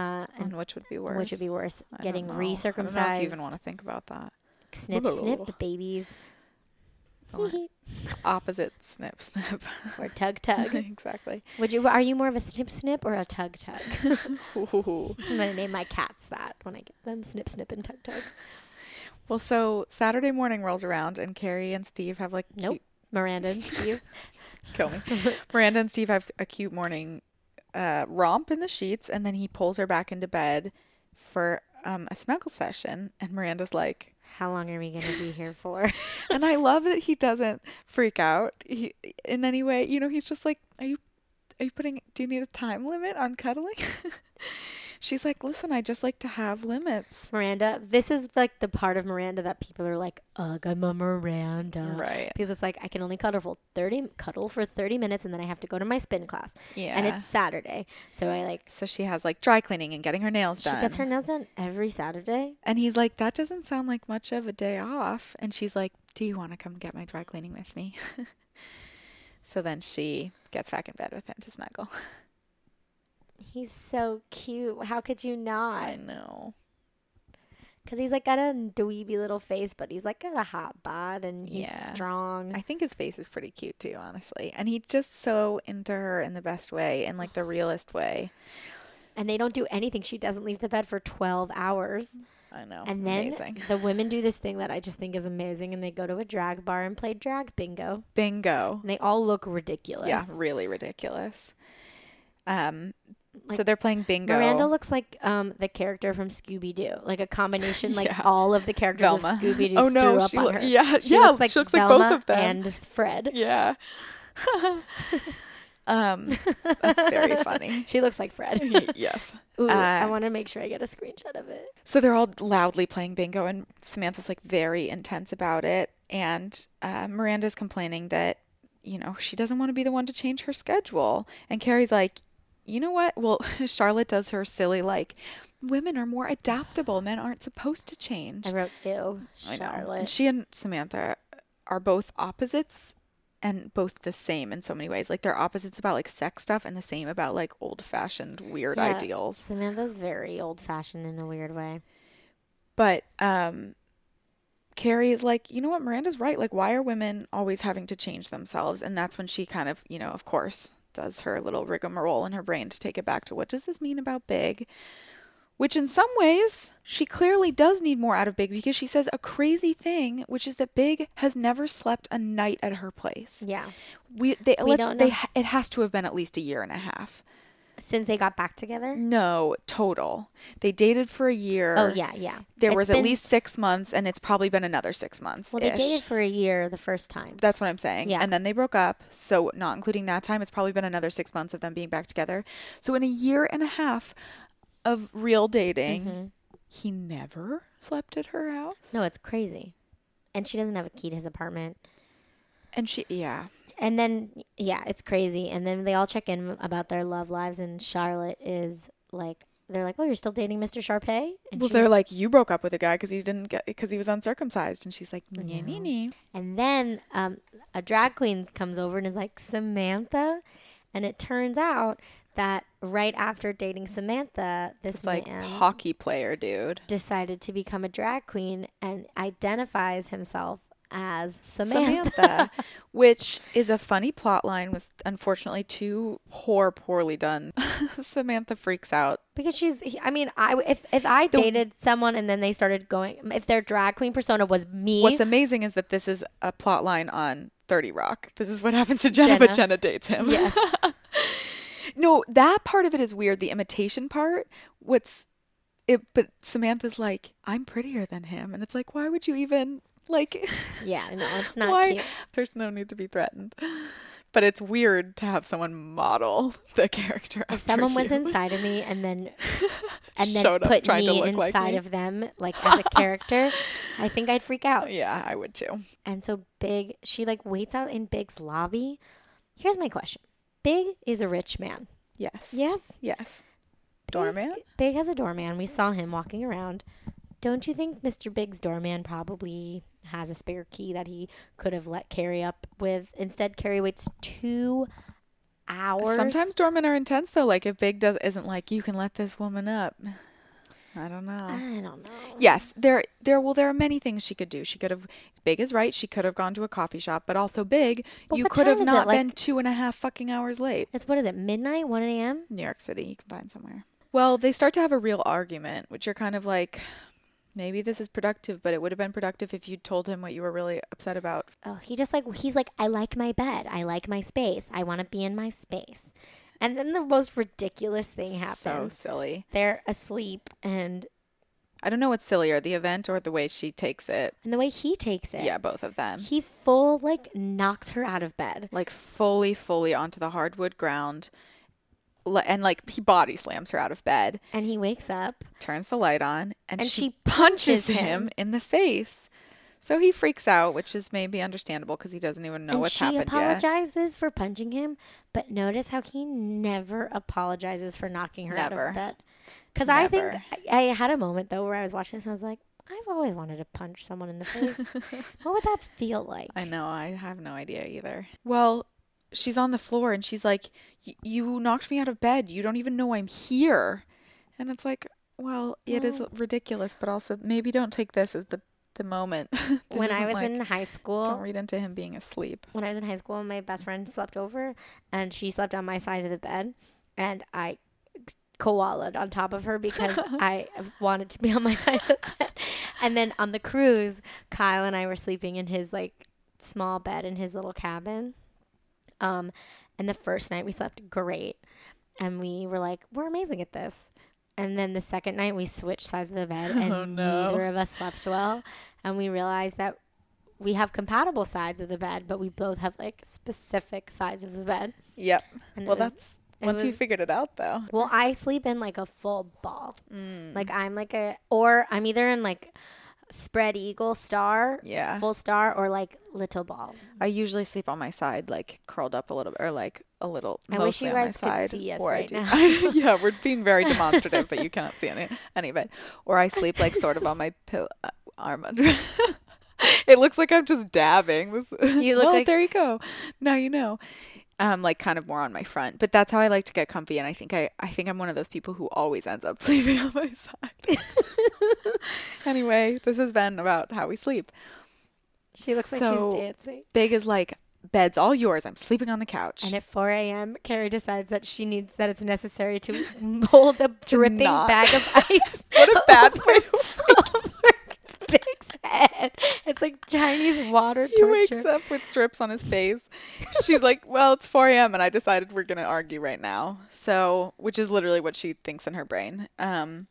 A: uh, and
B: And which would be worse?
A: which would be worse,
B: I don't
A: getting
B: know.
A: recircumcised,
B: I don't know if you even want to think about that.
A: snip, snip, babies,
B: Opposite snip, snip.
A: or tug, tug.
B: exactly.
A: Would you? Are you more of a snip, snip, or a tug, tug?
B: Ooh.
A: I'm gonna name my cats that when I get them: snip, snip, and tug, tug.
B: Well, so Saturday morning rolls around, and Carrie and Steve have like
A: Nope. Miranda, and Steve.
B: cute, kill me. Miranda and Steve have a cute morning uh, romp in the sheets, and then he pulls her back into bed for um, a snuggle session, and Miranda's like.
A: How long are we gonna be here for?
B: And I love that he doesn't freak out he, in any way. You know, he's just like, "Are you, are you putting? Do you need a time limit on cuddling?" She's like, "Listen, I just like to have limits."
A: Miranda. This is like the part of Miranda that people are like, "Ugh, I'm a Miranda,"
B: Right.
A: Because it's like I can only cuddle for thirty cuddle for thirty minutes, and then I have to go to my spin class. and
B: Yeah.
A: it's Saturday, so I like
B: So she has like dry cleaning and getting her nails
A: she
B: done.
A: gets her nails done every Saturday.
B: And he's like, that doesn't sound like much of a day off. And she's like, do you want to come get my dry cleaning with me? so then she gets back in bed with him to snuggle.
A: He's so cute. How could you not?
B: I know.
A: Because he's like got a dweeby little face, but he's like got a hot bod and he's
B: Yeah.
A: strong.
B: I think his face is pretty cute too, honestly. And he's just so into her in the best way, in like the realest way.
A: and they don't do anything. She doesn't leave the bed for 12 hours.
B: I know.
A: And then
B: Oh, Amazing.
A: the women do this thing that I just think is amazing and they go to a drag bar and play drag bingo.
B: bingo.
A: And they all look ridiculous.
B: Yeah, really ridiculous. Um, so they're playing bingo.
A: Miranda looks like um, the character from Scooby Doo, like a combination, like
B: Yeah.
A: all of the characters
B: Velma.
A: of Scooby Doo
B: Oh, no,
A: threw up
B: she
A: on
B: loo-
A: her.
B: yeah,
A: she
B: yeah,
A: looks like
B: she looks like
A: Velma
B: both of them.
A: and Fred.
B: Yeah. um, that's very funny.
A: She looks like Fred.
B: yes.
A: Ooh, I
B: Uh,
A: want to make sure I get a screenshot of it.
B: So they're all loudly playing bingo, and Samantha's like very intense about it. And uh, Miranda's complaining that, you know, she doesn't want to be the one to change her schedule. And Carrie's like, you know what? Well, Charlotte does her silly, like, women are more adaptable. Men aren't supposed to change.
A: I wrote ew,
B: I know. And
A: Charlotte.
B: she and Samantha are both opposites and both the same in so many ways. Like, they're opposites about like sex stuff and the same about like old fashioned, weird
A: Yeah,
B: ideals.
A: Samantha's very old fashioned in a weird way.
B: But um, Carrie is like, you know what, Miranda's right. Like, why are women always having to change themselves? And that's when she kind of, you know, of course, does her little rigmarole in her brain to take it back to what does this mean about Big? Which, in some ways, she clearly does need more out of Big because she says a crazy thing, which is that Big has never slept a night at her place.
A: Yeah.
B: We they let's,
A: don't
B: they
A: know.
B: it has to have been at least a year and a half.
A: Since they got back together?
B: No, total. They dated for a year.
A: Oh, yeah, yeah.
B: There
A: It's
B: was at
A: been-
B: least six months, and it's probably been another six months.
A: Well, they dated for a year the first time.
B: That's what I'm saying.
A: Yeah.
B: And then they broke up. So, not including that time, it's probably been another six months of them being back together. So, in a year and a half of real dating, he never slept at her house.
A: Mm-hmm. No, it's crazy. And she doesn't have a key to his apartment.
B: And she, yeah.
A: And then, yeah, it's crazy. And then they all check in about their love lives, and Charlotte is like, they're like, oh, you're still dating Mr. Sharpay? And,
B: Well,
A: she-
B: they're like, you broke up with a guy because he didn't get because he was uncircumcised, and she's like, nee, nee, nee.
A: and then um, a drag queen comes over and is like, Samantha? And it turns out that right after dating Samantha, this
B: It's like
A: man
B: hockey player, dude.
A: decided to become a drag queen and identifies himself as Samantha.
B: Samantha, which is a funny plot line with unfortunately too poor, poorly done. Samantha freaks out.
A: Because she's, he- I mean, I if if I dated someone and then they started going, if their drag queen persona was me,
B: What's amazing is that this is a plot line on 30 Rock. This is what happens to Jenna, but
A: Jenna.
B: Jenna dates him. Yes. no, that part of it is weird, the imitation part. What's it but Samantha's like, I'm prettier than him and it's like, why would you even like
A: yeah, no, it's not
B: Why?
A: cute.
B: There's no need to be threatened. But it's weird to have someone model the character.
A: If someone was inside of me and then and then
B: Showed up
A: put
B: trying
A: me
B: to look
A: inside
B: like me.
A: of them, like as a character, I think I'd freak out.
B: Yeah, I would too.
A: And so Big, she like waits out in Big's lobby. Here's my question: Big is a rich man.
B: Yes.
A: Yes.
B: Yes.
A: Big-
B: Doorman?
A: Big has a doorman. We saw him walking around. Don't you think Mr. Big's doorman probably has a spare key that he could have let Carrie up with? Instead, Carrie waits two hours.
B: Sometimes doormen are intense though. Like if Big does isn't like you can let this woman up. I don't know.
A: I don't know.
B: Yes, there, there. Well, there are many things she could do. She could have. Big is right. She could have gone to a coffee shop, but also Big,
A: But
B: you
A: what
B: could have
A: time is it?
B: not
A: Like-
B: been two and a half fucking hours late.
A: It's what is it? Midnight, one a.m.
B: New York City, you can find somewhere. Well, they start to have a real argument, which you're kind of like, maybe this is productive, but it would have been productive if you told him what you were really upset about.
A: Oh, he just like he's like, I like my bed. I like my space. I want to be in my space. And then the most ridiculous thing
B: So
A: happens.
B: silly.
A: They're asleep, and
B: I don't know what's sillier, the event or the way she takes it.
A: and the way he takes it,
B: Yeah, both of them.
A: he full like knocks her out of bed.
B: like fully, fully onto the hardwood ground. li- And like he body slams her out of bed,
A: And he wakes up.
B: turns the light on, and,
A: And
B: she,
A: she
B: punches
A: punches
B: him
A: him.
B: in the face. So he freaks out, which is maybe understandable because he doesn't even know
A: and
B: what's
A: she
B: happened yet.
A: apologizes for punching him, but notice how he never apologizes for knocking her out
B: Never.
A: of bed. Because I think
B: Never.
A: I, I had a moment though where I was watching this and I was like, I've always wanted to punch someone in the face. what would that feel like?
B: I know. I have no idea either. Well, she's on the floor and she's like, "Y- "You knocked me out of bed. You don't even know I'm here," and it's like, well, it is ridiculous, but also maybe don't take this as the the moment. This
A: when I
B: isn't
A: was
B: like-
A: in high
B: don't
A: school,
B: read into him being asleep.
A: when I was in high school, my best friend slept over and she slept on my side of the bed and I koalaed on top of her because I wanted to be on my side of the bed. And then on the cruise, Kyle and I were sleeping in his like small bed in his little cabin. Um and the first night we slept great and we were like, we're amazing at this. And then the second night we switched sides of the bed
B: Oh,
A: and neither of us slept well and we realized that we have compatible sides of the bed, but we both have like specific sides of the bed.
B: Yep.
A: And
B: well,
A: it was-
B: that's
A: it
B: once you
A: was-
B: figured it out, though.
A: Well, I sleep in like a full ball.
B: Mm.
A: Like I'm like a or I'm either in like spread eagle star,
B: Yeah.
A: full star or like little ball.
B: I usually sleep on my side, like curled up a little bit, or like a little.
A: I wish
B: mostly
A: you
B: on my
A: guys could
B: side,
A: see us
B: or I
A: right
B: do-
A: now.
B: yeah, we're being very demonstrative, but you cannot see any any of it. Or I sleep like sort of on my pill- uh, arm under. it looks like I'm just dabbing. This.
A: You look
B: well,
A: like-
B: there you go. Now you know. Um, like kind of more on my front, but that's how I like to get comfy, and I think I, I think I'm one of those people who always ends up sleeping on my side. anyway, this has been about how we sleep.
A: She looks
B: So-
A: like she's dancing.
B: Big is like, bed's all yours. I'm sleeping on the couch.
A: And at 4 a.m., Carrie decides that she needs that it's necessary to hold a dripping
B: not.
A: bag of ice.
B: What a bad
A: over-
B: way to
A: over Big's head. It's like Chinese water
B: he
A: torture.
B: wakes up with drips on his face. She's like, well, it's 4 a.m. and I decided we're gonna argue right now. So, which is literally what she thinks in her brain. Um,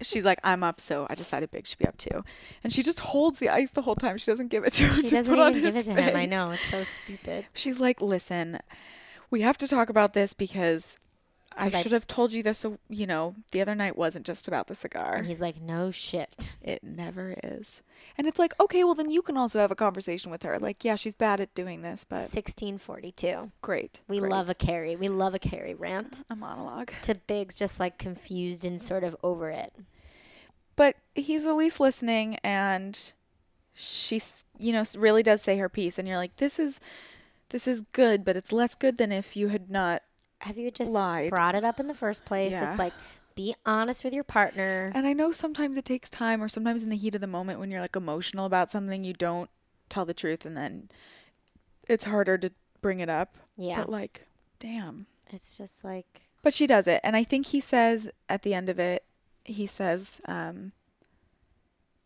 B: she's like, I'm up, so I decided Big should be up too. And she just holds the ice the whole time. She doesn't give it to him.
A: She
B: to
A: doesn't
B: put on
A: even give it
B: his
A: to him. I
B: face.
A: know. It's so stupid.
B: She's like, listen, we have to talk about this because. I
A: 'Cause I-
B: should have told you this, uh, you know, the other night wasn't just about the cigar.
A: And he's like, no shit.
B: It never is. And it's like, okay, well, then you can also have a conversation with her. Like, yeah, she's bad at doing this, but
A: 1642.
B: great.
A: We
B: great.
A: love a Carrie. We love a Carrie rant.
B: a monologue.
A: To Big's just like confused and sort of over it.
B: But he's at least listening, and she's, you know, s- really does say her piece. And you're like, this is, this is good, but it's less good than if you had not.
A: Have you just
B: Lied.
A: brought it up in the first place?
B: Yeah.
A: Just like be honest with your partner.
B: And I know sometimes it takes time, or sometimes in the heat of the moment when you're like emotional about something, you don't tell the truth, and then it's harder to bring it up.
A: Yeah.
B: But like, damn.
A: It's just like
B: But she does it. And I think he says at the end of it, he says, um,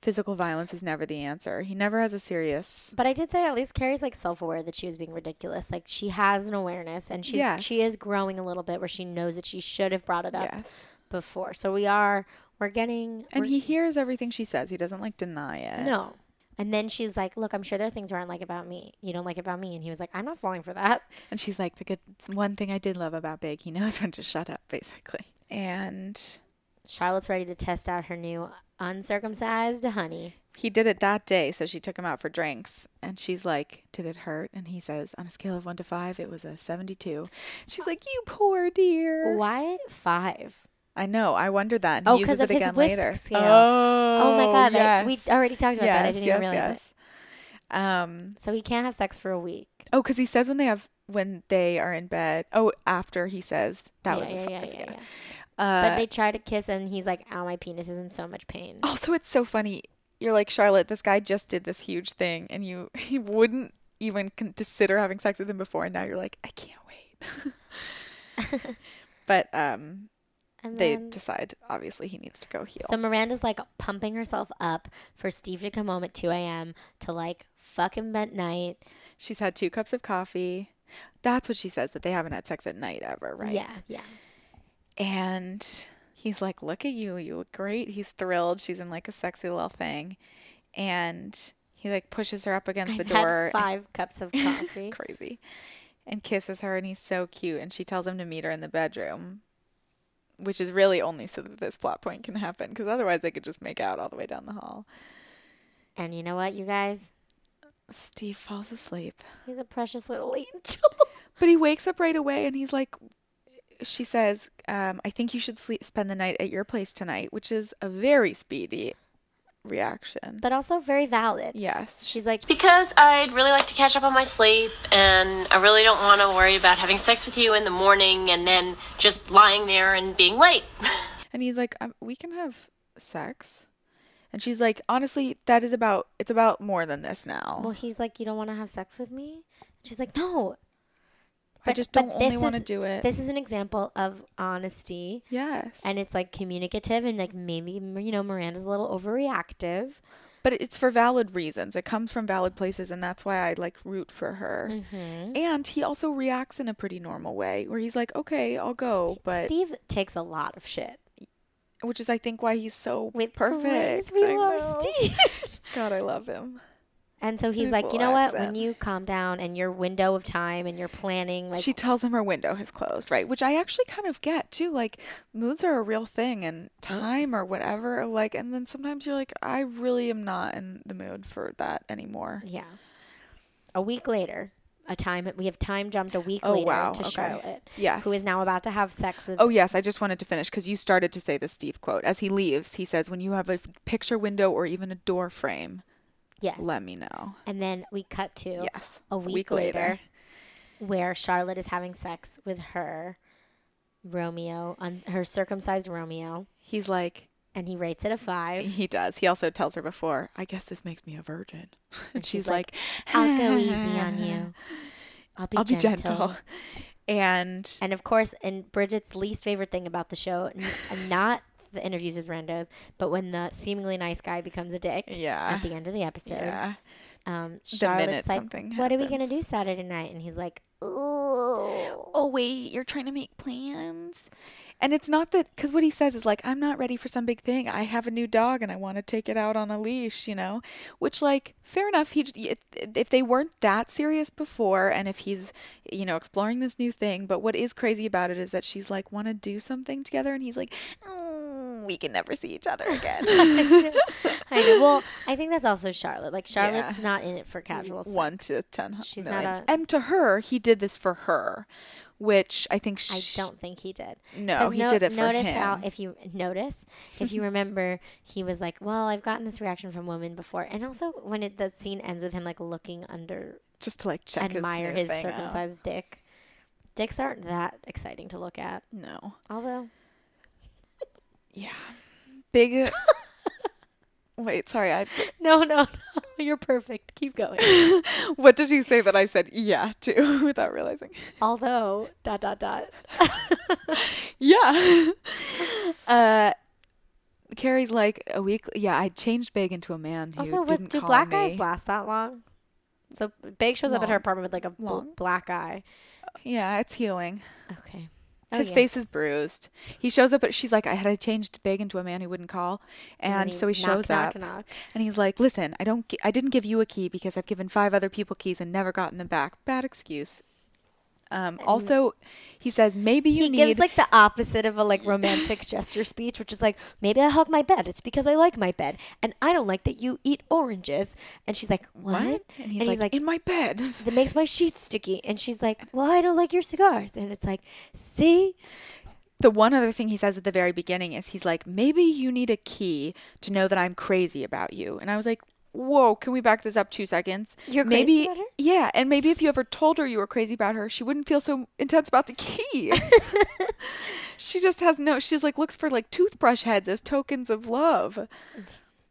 B: physical violence is never the answer. He never has a serious.
A: But I did say at least Carrie's like self aware that she was being ridiculous. Like she has an awareness and she's
B: Yes.
A: she is growing a little bit where she knows that she should have brought it up
B: Yes.
A: before. So we are we're getting
B: And
A: we're-
B: he hears everything she says. He doesn't like deny it.
A: No. And then she's like, Look, I'm sure there are things you aren't like about me. You don't like about me and he was like, I'm not falling for that.
B: And she's like, the good one thing I did love about Big, he knows when to shut up, basically. And
A: Charlotte's ready to test out her new uncircumcised honey.
B: he did it that day. So she took him out for drinks. And she's like, did it hurt? And he says, on a scale of one to five, it was a 72. She's like, you poor dear.
A: Why five?
B: I know. I wondered that. And
A: Oh,
B: he uses
A: 'cause of
B: it
A: his
B: again
A: whisk
B: later.
A: scale.
B: Oh,
A: Oh my God, I- we
B: yes.
A: already talked about that. I didn't even realize
B: yes. Um,
A: So he can't have sex for a week.
B: oh, because he says when they have when they are in bed. Oh, after he says that
A: Yeah,
B: was a
A: yeah, yeah,
B: five.
A: yeah,
B: yeah.
A: yeah.
B: Uh,
A: but they try to kiss and he's like, Ow, my penis is in so much pain.
B: also, it's so funny. You're like Charlotte. This guy just did this huge thing, and you he wouldn't even consider having sex with him before, and now you're like, I can't wait. but um,
A: And
B: they
A: then-
B: decide obviously he needs to go heal.
A: So Miranda's like pumping herself up for Steve to come home at 2 a.m. to like fuck him at night.
B: She's had two cups of coffee. That's what she says that they haven't had sex at night ever, right?
A: Yeah, yeah.
B: And he's like, Look at you. You look great. He's thrilled. She's in like a sexy little thing. And he like pushes her up against
A: I've
B: the door.
A: had five cups of coffee.
B: Crazy. And kisses her. And he's so cute. And she tells him to meet her in the bedroom, which is really only so that this plot point can happen. Because otherwise, they could just make out all the way down the hall.
A: and you know what, you guys?
B: Steve falls asleep.
A: He's a precious little angel.
B: But he wakes up right away and he's like, she says, um, I think you should sleep, spend the night at your place tonight, which is a very speedy reaction.
A: but also very valid.
B: Yes.
A: She's like,
E: Because I'd really like to catch up on my sleep, and I really don't want to worry about having sex with you in the morning and then just lying there and being late.
B: And he's like, um, we can have sex. And she's like, honestly, that is about, it's about more than this now.
A: well, he's like, you don't want to have sex with me? She's like, no.
B: I just don't only
A: this
B: want to
A: is-
B: do it.
A: This is an example of honesty.
B: yes.
A: And it's like communicative and like maybe, you know, Miranda's a little overreactive.
B: but it's for valid reasons. It comes from valid places, and that's why I like root for her.
A: Mm-hmm.
B: And he also reacts in a pretty normal way, where he's like, "Okay, I'll go," but
A: Steve takes a lot of shit.
B: which is I think why he's so
A: With Grace,
B: perfect.
A: we
B: I
A: love
B: know.
A: Steve.
B: God, I love him.
A: And so he's
B: His
A: like, you
B: little
A: know what? When
B: accent.
A: you calm down and your window of time and you're planning, like,
B: she tells him her window has closed, right? Which I actually kind of get too. Like moods are a real thing, and
A: Mm.
B: time or whatever. Like, and then sometimes you're like, I really am not in the mood for that anymore.
A: yeah. A week later, a time we have time jumped a week
B: Oh,
A: later
B: wow.
A: to
B: Okay.
A: Charlotte,
B: Yes.
A: who is now about to have sex with.
B: Oh, yes. I just wanted to finish because you started to say the Steve quote. As he leaves, he says, When you have a f- picture window or even a door frame,
A: yes.
B: let me know.
A: And then we cut to
B: Yes.
A: a week, later, where Charlotte is having sex with her Romeo, on her circumcised Romeo,
B: He's like,
A: and he rates it a five.
B: He does. He also tells her before, I guess this makes me a virgin. And she's,
A: she's
B: like,
A: like, I'll go easy on you. I'll be,
B: I'll be
A: gentle.
B: gentle. And
A: And of course, and Bridget's least favorite thing about the show, n- not the interviews with randos, but when the seemingly nice guy becomes a dick
B: Yeah.
A: at the end of the episode.
B: yeah.
A: Um, Charlotte's
B: minute
A: like,
B: something
A: what are we going to
B: happens.
A: do Saturday night? And he's like, ooh.
B: oh wait you're trying to make plans and it's not that because what he says is like i'm not ready for some big thing i have a new dog and i want to take it out on a leash you know which like fair enough he j- if, if they weren't that serious before and if he's you know exploring this new thing but what is crazy about it is that she's like want to do something together and he's like "Mm, we can never see each other again
A: I know. Well, I think that's also Charlotte. Like, Charlotte's not in it for casual sex.
B: one to ten
A: She's
B: million.
A: not a-
B: and to her he did this for her which i think
A: I
B: she,
A: don't think he did.
B: No,
A: 'Cause
B: he did it for
A: notice How,
B: him.
A: if you notice, if you remember, he was like, "Well, I've gotten this reaction from women before," and also when it, the scene ends with him like looking under,
B: just to like check
A: admire
B: new
A: his,
B: thing out.
A: circumcised dick. Dicks aren't that exciting to look at,
B: no
A: although
B: Yeah. Big. Wait, sorry. I,
A: no, no, no, you're perfect. Keep going.
B: what did you say that I said yeah to without realizing?
A: although dot dot dot.
B: Yeah. uh, Carrie's like a week. Yeah, I changed Big into a man who
A: also,
B: didn't
A: what, do
B: call
A: black
B: me.
A: eyes last that long? So Big shows up at her
B: Long.
A: apartment with like a bl-
B: Long.
A: black eye.
B: Yeah, it's healing.
A: Okay.
B: His
A: yeah.
B: face is bruised. He shows up, but she's like, I had I changed Big into a man who wouldn't call, and,
A: he
B: so he shows
A: knock,
B: up,
A: knock, knock.
B: and he's like, Listen, I don't, gi- I didn't give you a key because I've given five other people keys and never gotten them back. Bad excuse. Um, also, he says maybe you
A: he
B: need
A: gives like the opposite of a like romantic gesture speech, which is like, maybe I hug my bed. It's because I like my bed, and I don't like that you eat oranges. And she's like, what?
B: And he's, like, in my bed.
A: that makes my sheets sticky. And she's like, well, I don't like your cigars. And it's like, see,
B: The one other thing he says at the very beginning is he's like, maybe you need a key to know that I'm crazy about you. And I was like, whoa, can we back this up two seconds?
A: You're crazy
B: maybe,
A: about her?
B: Yeah. And maybe if you ever told her you were crazy about her, she wouldn't feel so intense about the key. she just has no, she's like, looks for like toothbrush heads as tokens of love.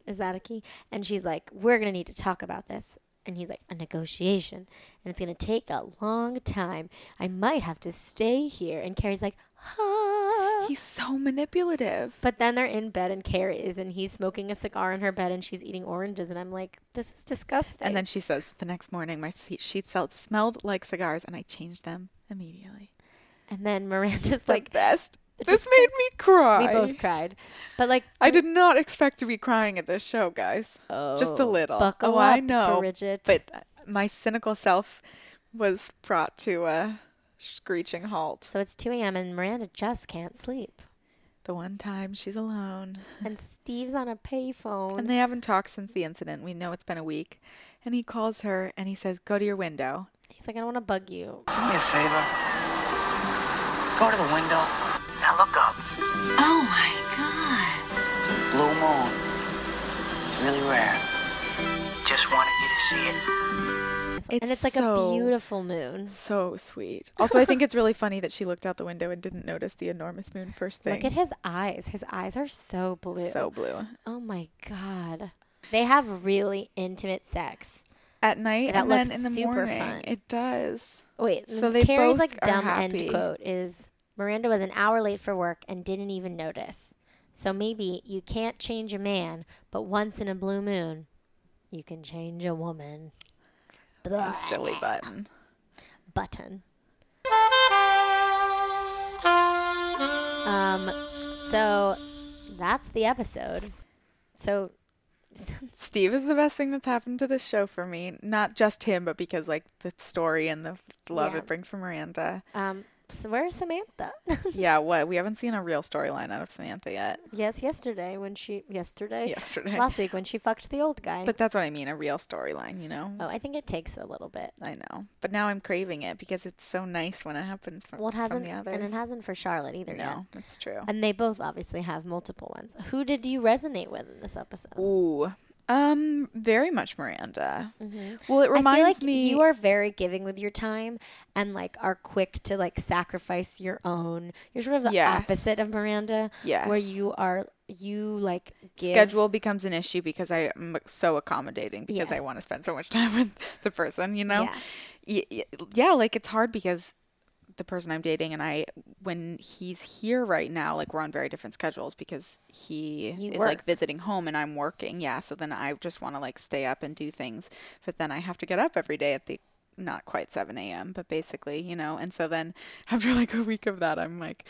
A: is that a key? And she's like, we're gonna need to talk about this. And he's like, a negotiation, and it's gonna take a long time. I might have to stay here. And Carrie's like, huh.
B: He's so manipulative.
A: But then they're in bed and Carrie is, and he's smoking a cigar in her bed and she's eating oranges. And I'm like, this is disgusting.
B: And then she says, the next morning, my se- sheets smelled- smelled like cigars and I changed them immediately.
A: and then Miranda's
B: the
A: like,
B: best.
A: it
B: This
A: just-
B: made me cry.
A: we both cried. But like,
B: I did not expect to be crying at this show, guys. Just a
A: Oh,
B: little.
A: buckle
B: oh, I
A: up,
B: know,
A: Bridget.
B: But uh, my cynical self was brought to a screeching halt.
A: so it's 2 a.m. and Miranda just can't sleep.
B: The one time she's alone,
A: And Steve's on a payphone.
B: and they haven't talked since the incident. We know it's been a week, and he calls her and he says, "Go to your window."
A: he's like, I don't want to bug you.
F: Do me a favor. Go to the window.
C: Now look up.
E: Oh my god.
F: It's a blue moon. It's really rare. Just wanted you to see it.
A: and it's like a
B: so-
A: beautiful moon.
B: So sweet. Also, I think it's really funny that she looked out the window and didn't notice the enormous moon first thing.
A: Look at his eyes. His eyes are so blue.
B: So blue.
A: Oh my god. They have really intimate sex.
B: At night
A: that
B: and
A: looks
B: then in the
A: super
B: morning.
A: fun.
B: It does.
A: Wait,
B: So they
A: Carrie's
B: both
A: like
B: are
A: dumb
B: happy.
A: end quote is Miranda was an hour late for work and didn't even notice. So maybe you can't change a man, but once in a blue moon, you can change a woman. Blah.
B: Silly button.
A: Button. Um, so that's the episode. So
B: Steve is the best thing that's happened to this show for me. Not just him, but because like the story and the love
A: Yeah.
B: it brings for Miranda.
A: Um, so where's Samantha?
B: yeah, what? We haven't seen a real storyline out of Samantha yet.
A: yes, yesterday when she yesterday
B: Yesterday.
A: last week when she fucked the old guy.
B: But that's what I mean, a real storyline, you know?
A: oh, I think it takes a little bit.
B: I know. But now I'm craving it because it's so nice when it happens from,
A: Well, it
B: from
A: hasn't,
B: the
A: and
B: others.
A: it hasn't for Charlotte either. yet.
B: No, that's true.
A: And they both obviously have multiple ones. Who did you resonate with in this episode?
B: Ooh. Um, very much Miranda. Well,
A: Mm-hmm. I
B: it
A: feel
B: reminds
A: like
B: me
A: you are very giving with your time and like are quick to like sacrifice your own. You're sort of the
B: Yes.
A: opposite of Miranda, where
B: Yes.
A: you are you like give
B: schedule becomes an issue because I am so accommodating because I
A: Yes.
B: want to spend so much time with the person, you know? Y- y- yeah, like it's hard because the person I'm dating and I, when he's here right now, like we're on very different schedules because he
A: You
B: is
A: work.
B: like visiting home and I'm working. Yeah. So then I just want to like stay up and do things. But then I have to get up every day at the not quite 7 a.m., but basically, you know. And so then after like a week of that, I'm like,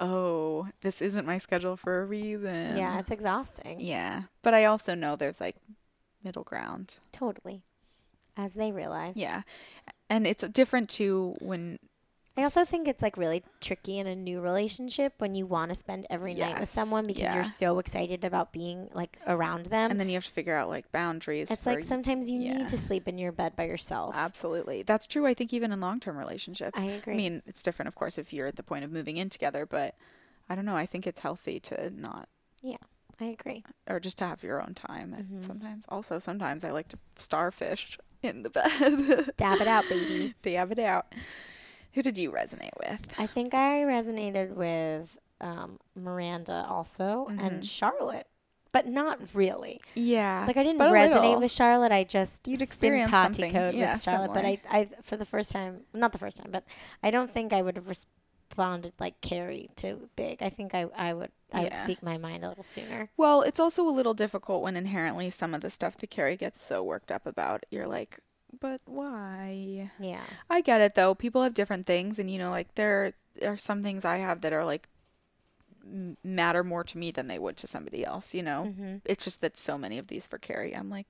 B: oh, this isn't my schedule for a reason.
A: Yeah, it's exhausting.
B: Yeah. But I also know there's like middle ground.
A: Totally. As they realize.
B: Yeah. And it's different too when
A: I also think it's like really tricky in a new relationship when you want to spend every night with
B: Yes,
A: someone because
B: yeah.
A: you're so excited about being like around them.
B: and then you have to figure out like boundaries.
A: Um, it's
B: for
A: like
B: y-
A: sometimes you
B: yeah.
A: need to sleep in your bed by yourself.
B: Absolutely. That's true, I think, even in long term relationships.
A: I agree.
B: I mean, it's different, of course, if you're at the point of moving in together, but I don't know. I think it's healthy to not,
A: Yeah, I agree.
B: or just to have your own time. And
A: Mm-hmm.
B: sometimes, also, sometimes I like to starfish in the bed,
A: Dab it out, baby.
B: dab it out. Who did you resonate with?
A: I think I resonated with um, Miranda also and Charlotte, but not really.
B: Mm-hmm. Yeah.
A: Like I didn't
B: but a
A: resonate
B: little.
A: with Charlotte. I just
B: You'd experienced something,
A: sympathicoed
B: yeah,
A: with Charlotte, but I,
B: similar.
A: I, for the first time, not the first time, but I don't think I would have responded like Carrie to Big. I think I, I would, I would
B: Yeah.
A: speak my mind a little sooner.
B: Well, it's also a little difficult when inherently some of the stuff that Carrie gets so worked up about, you're like, but why?
A: Yeah,
B: I get it though. People have different things, and you know, like there are some things I have that are like m- matter more to me than they would to somebody else. You know,
A: Mm-hmm.
B: it's just that so many of these for Carrie, I'm like,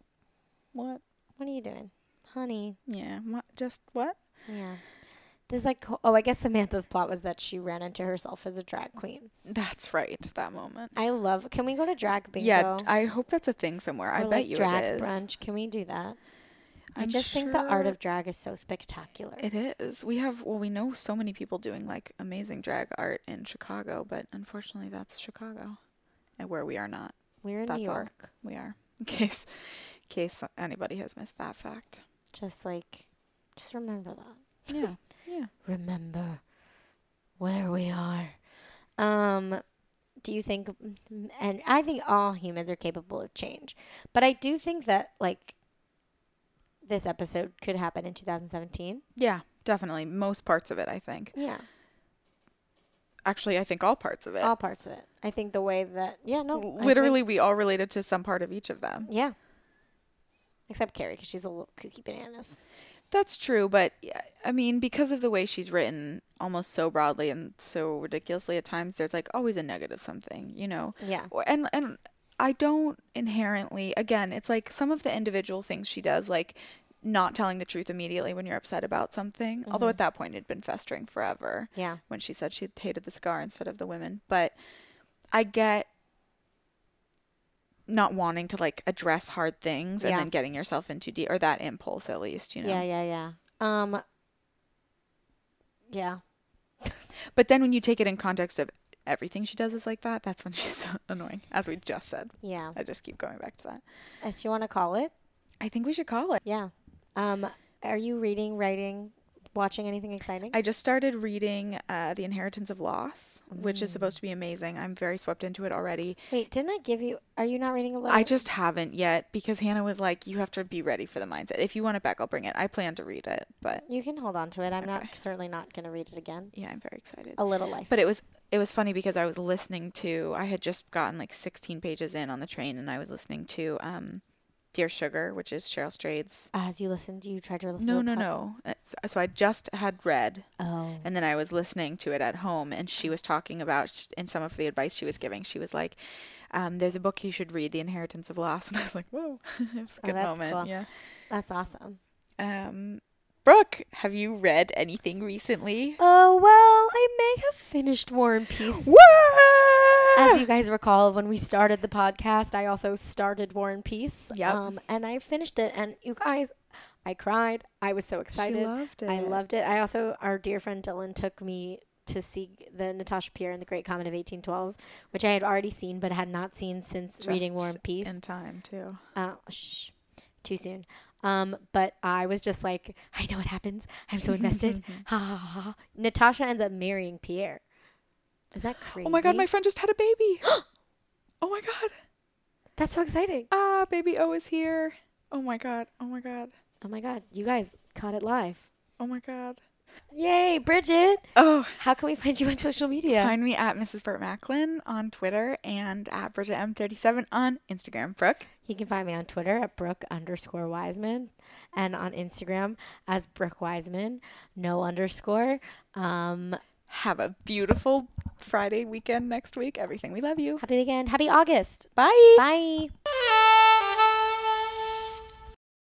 B: what?
A: what are you doing, honey?
B: Yeah, what? Just what?
A: Yeah. There's like, ho- oh, I guess Samantha's plot was that she ran into herself as a drag queen.
B: That's right. That moment.
A: I love. Can we go to drag bingo?
B: yeah, I hope that's a thing somewhere. I
A: Or,
B: bet
A: like
B: you
A: drag
B: it is.
A: brunch. Can we do that? i
B: I'm
A: just think the art
B: sure-
A: of drag is so spectacular.
B: It is. We have, well, we know so many people doing like amazing drag art in Chicago, but unfortunately that's Chicago and where we are not.
A: We're in
B: that's
A: New
B: all
A: York,
B: we are. In case, in case anybody has missed that fact.
A: just like, just remember that.
B: Yeah. yeah.
A: Remember where we are. Um, do you think? And I think all humans are capable of change, but I do think that like this episode could happen in 2017.
B: Yeah, definitely. Most parts of it, I think.
A: Yeah,
B: Actually, I think all parts of it.
A: all parts of it. I think the way that yeah, no, I think-
B: Literally, we all related to some part of each of them.
A: yeah. Except Carrie, because she's a little kooky bananas.
B: That's true, but yeah, I mean, because of the way she's written almost so broadly and so ridiculously at times, there's like always a negative something, you know?
A: Yeah.
B: Or- And, and I don't inherently, again, it's like some of the individual things she does, like not telling the truth immediately when you're upset about something, although at that point it had been festering forever.
A: Mm-hmm. Yeah.
B: When she said she hated the cigar instead of the women. But I get not wanting to like address hard things and
A: Yeah.
B: then getting yourself into deep, or that impulse at least, you know?
A: Yeah, yeah, yeah. Um, yeah,
B: But then when you take it in context of everything she does is like that, that's when she's so annoying, as we just said.
A: Yeah.
B: I just keep going back to that.
A: As you want to call it?
B: I think we should call it.
A: Yeah. Um, are you reading, writing, watching anything exciting?
B: I just started reading uh, The Inheritance of Loss, which is
A: Mm.
B: supposed to be amazing. I'm very swept into it already.
A: Wait, didn't I give you? Are you not reading a letter?
B: I just haven't yet because Hannah was like, you have to be ready for the mindset. If you want it back, I'll bring it. I plan to read it, but
A: You can hold on to it. I'm not certainly not going to read it again.
B: Yeah, I'm very excited.
A: A little life.
B: But it was it was funny because I was listening to I had just gotten like 16 pages in on the train and I was listening to um Dear Sugar, which is Cheryl Strayed's.
A: As you listened, you tried to listen.
B: No,
A: to
B: no,
A: a pod-
B: no. It's- So I just had read.
A: Oh.
B: And then I was listening to it at home, and
A: Mm.
B: she was talking about, in some of the advice she was giving, she was like, um, there's a book you should read, The Inheritance of Loss. And I was like, whoa, it was a
A: Oh,
B: good
A: that's
B: moment.
A: cool.
B: Yeah.
A: That's awesome.
B: Um, Brooke, have you read anything recently?
A: Oh well, I may have finished War and Peace. As you guys recall, when we started the podcast, I also started War and Peace. um,
B: Yep.
A: and I finished it, and you guys, I cried. I was so excited.
B: loved
A: I
B: it.
A: loved it. I also, our dear friend Dylan took me to see the Natasha Pierre and the Great Comet of 1812, which I had already seen but had not seen since reading War and
B: Just
A: Peace.
B: In time, too.
A: Uh, shh, too soon. Um, but I was just like, I know what happens. I'm so invested. ha, ha, ha, ha. Natasha ends up marrying Pierre. Is that crazy?
B: Oh my God, my friend just had a baby. oh my God.
A: That's so exciting.
B: Ah, baby O is here. Oh my God. Oh my God.
A: Oh my God, you guys caught it live.
B: Oh my God.
A: Yay, Bridget.
B: Oh.
A: How can we find you on social media?
B: Find me at Mrs. Burt Macklin on Twitter and at Bridget M37 on Instagram. Brooke.
A: You can find me on Twitter at Brooke underscore Wiseman and on Instagram as Brooke Wiseman, no underscore. Um,
B: Have a beautiful Friday weekend next week. Everything. We love you.
A: happy weekend. Happy August.
B: Bye.
A: Bye.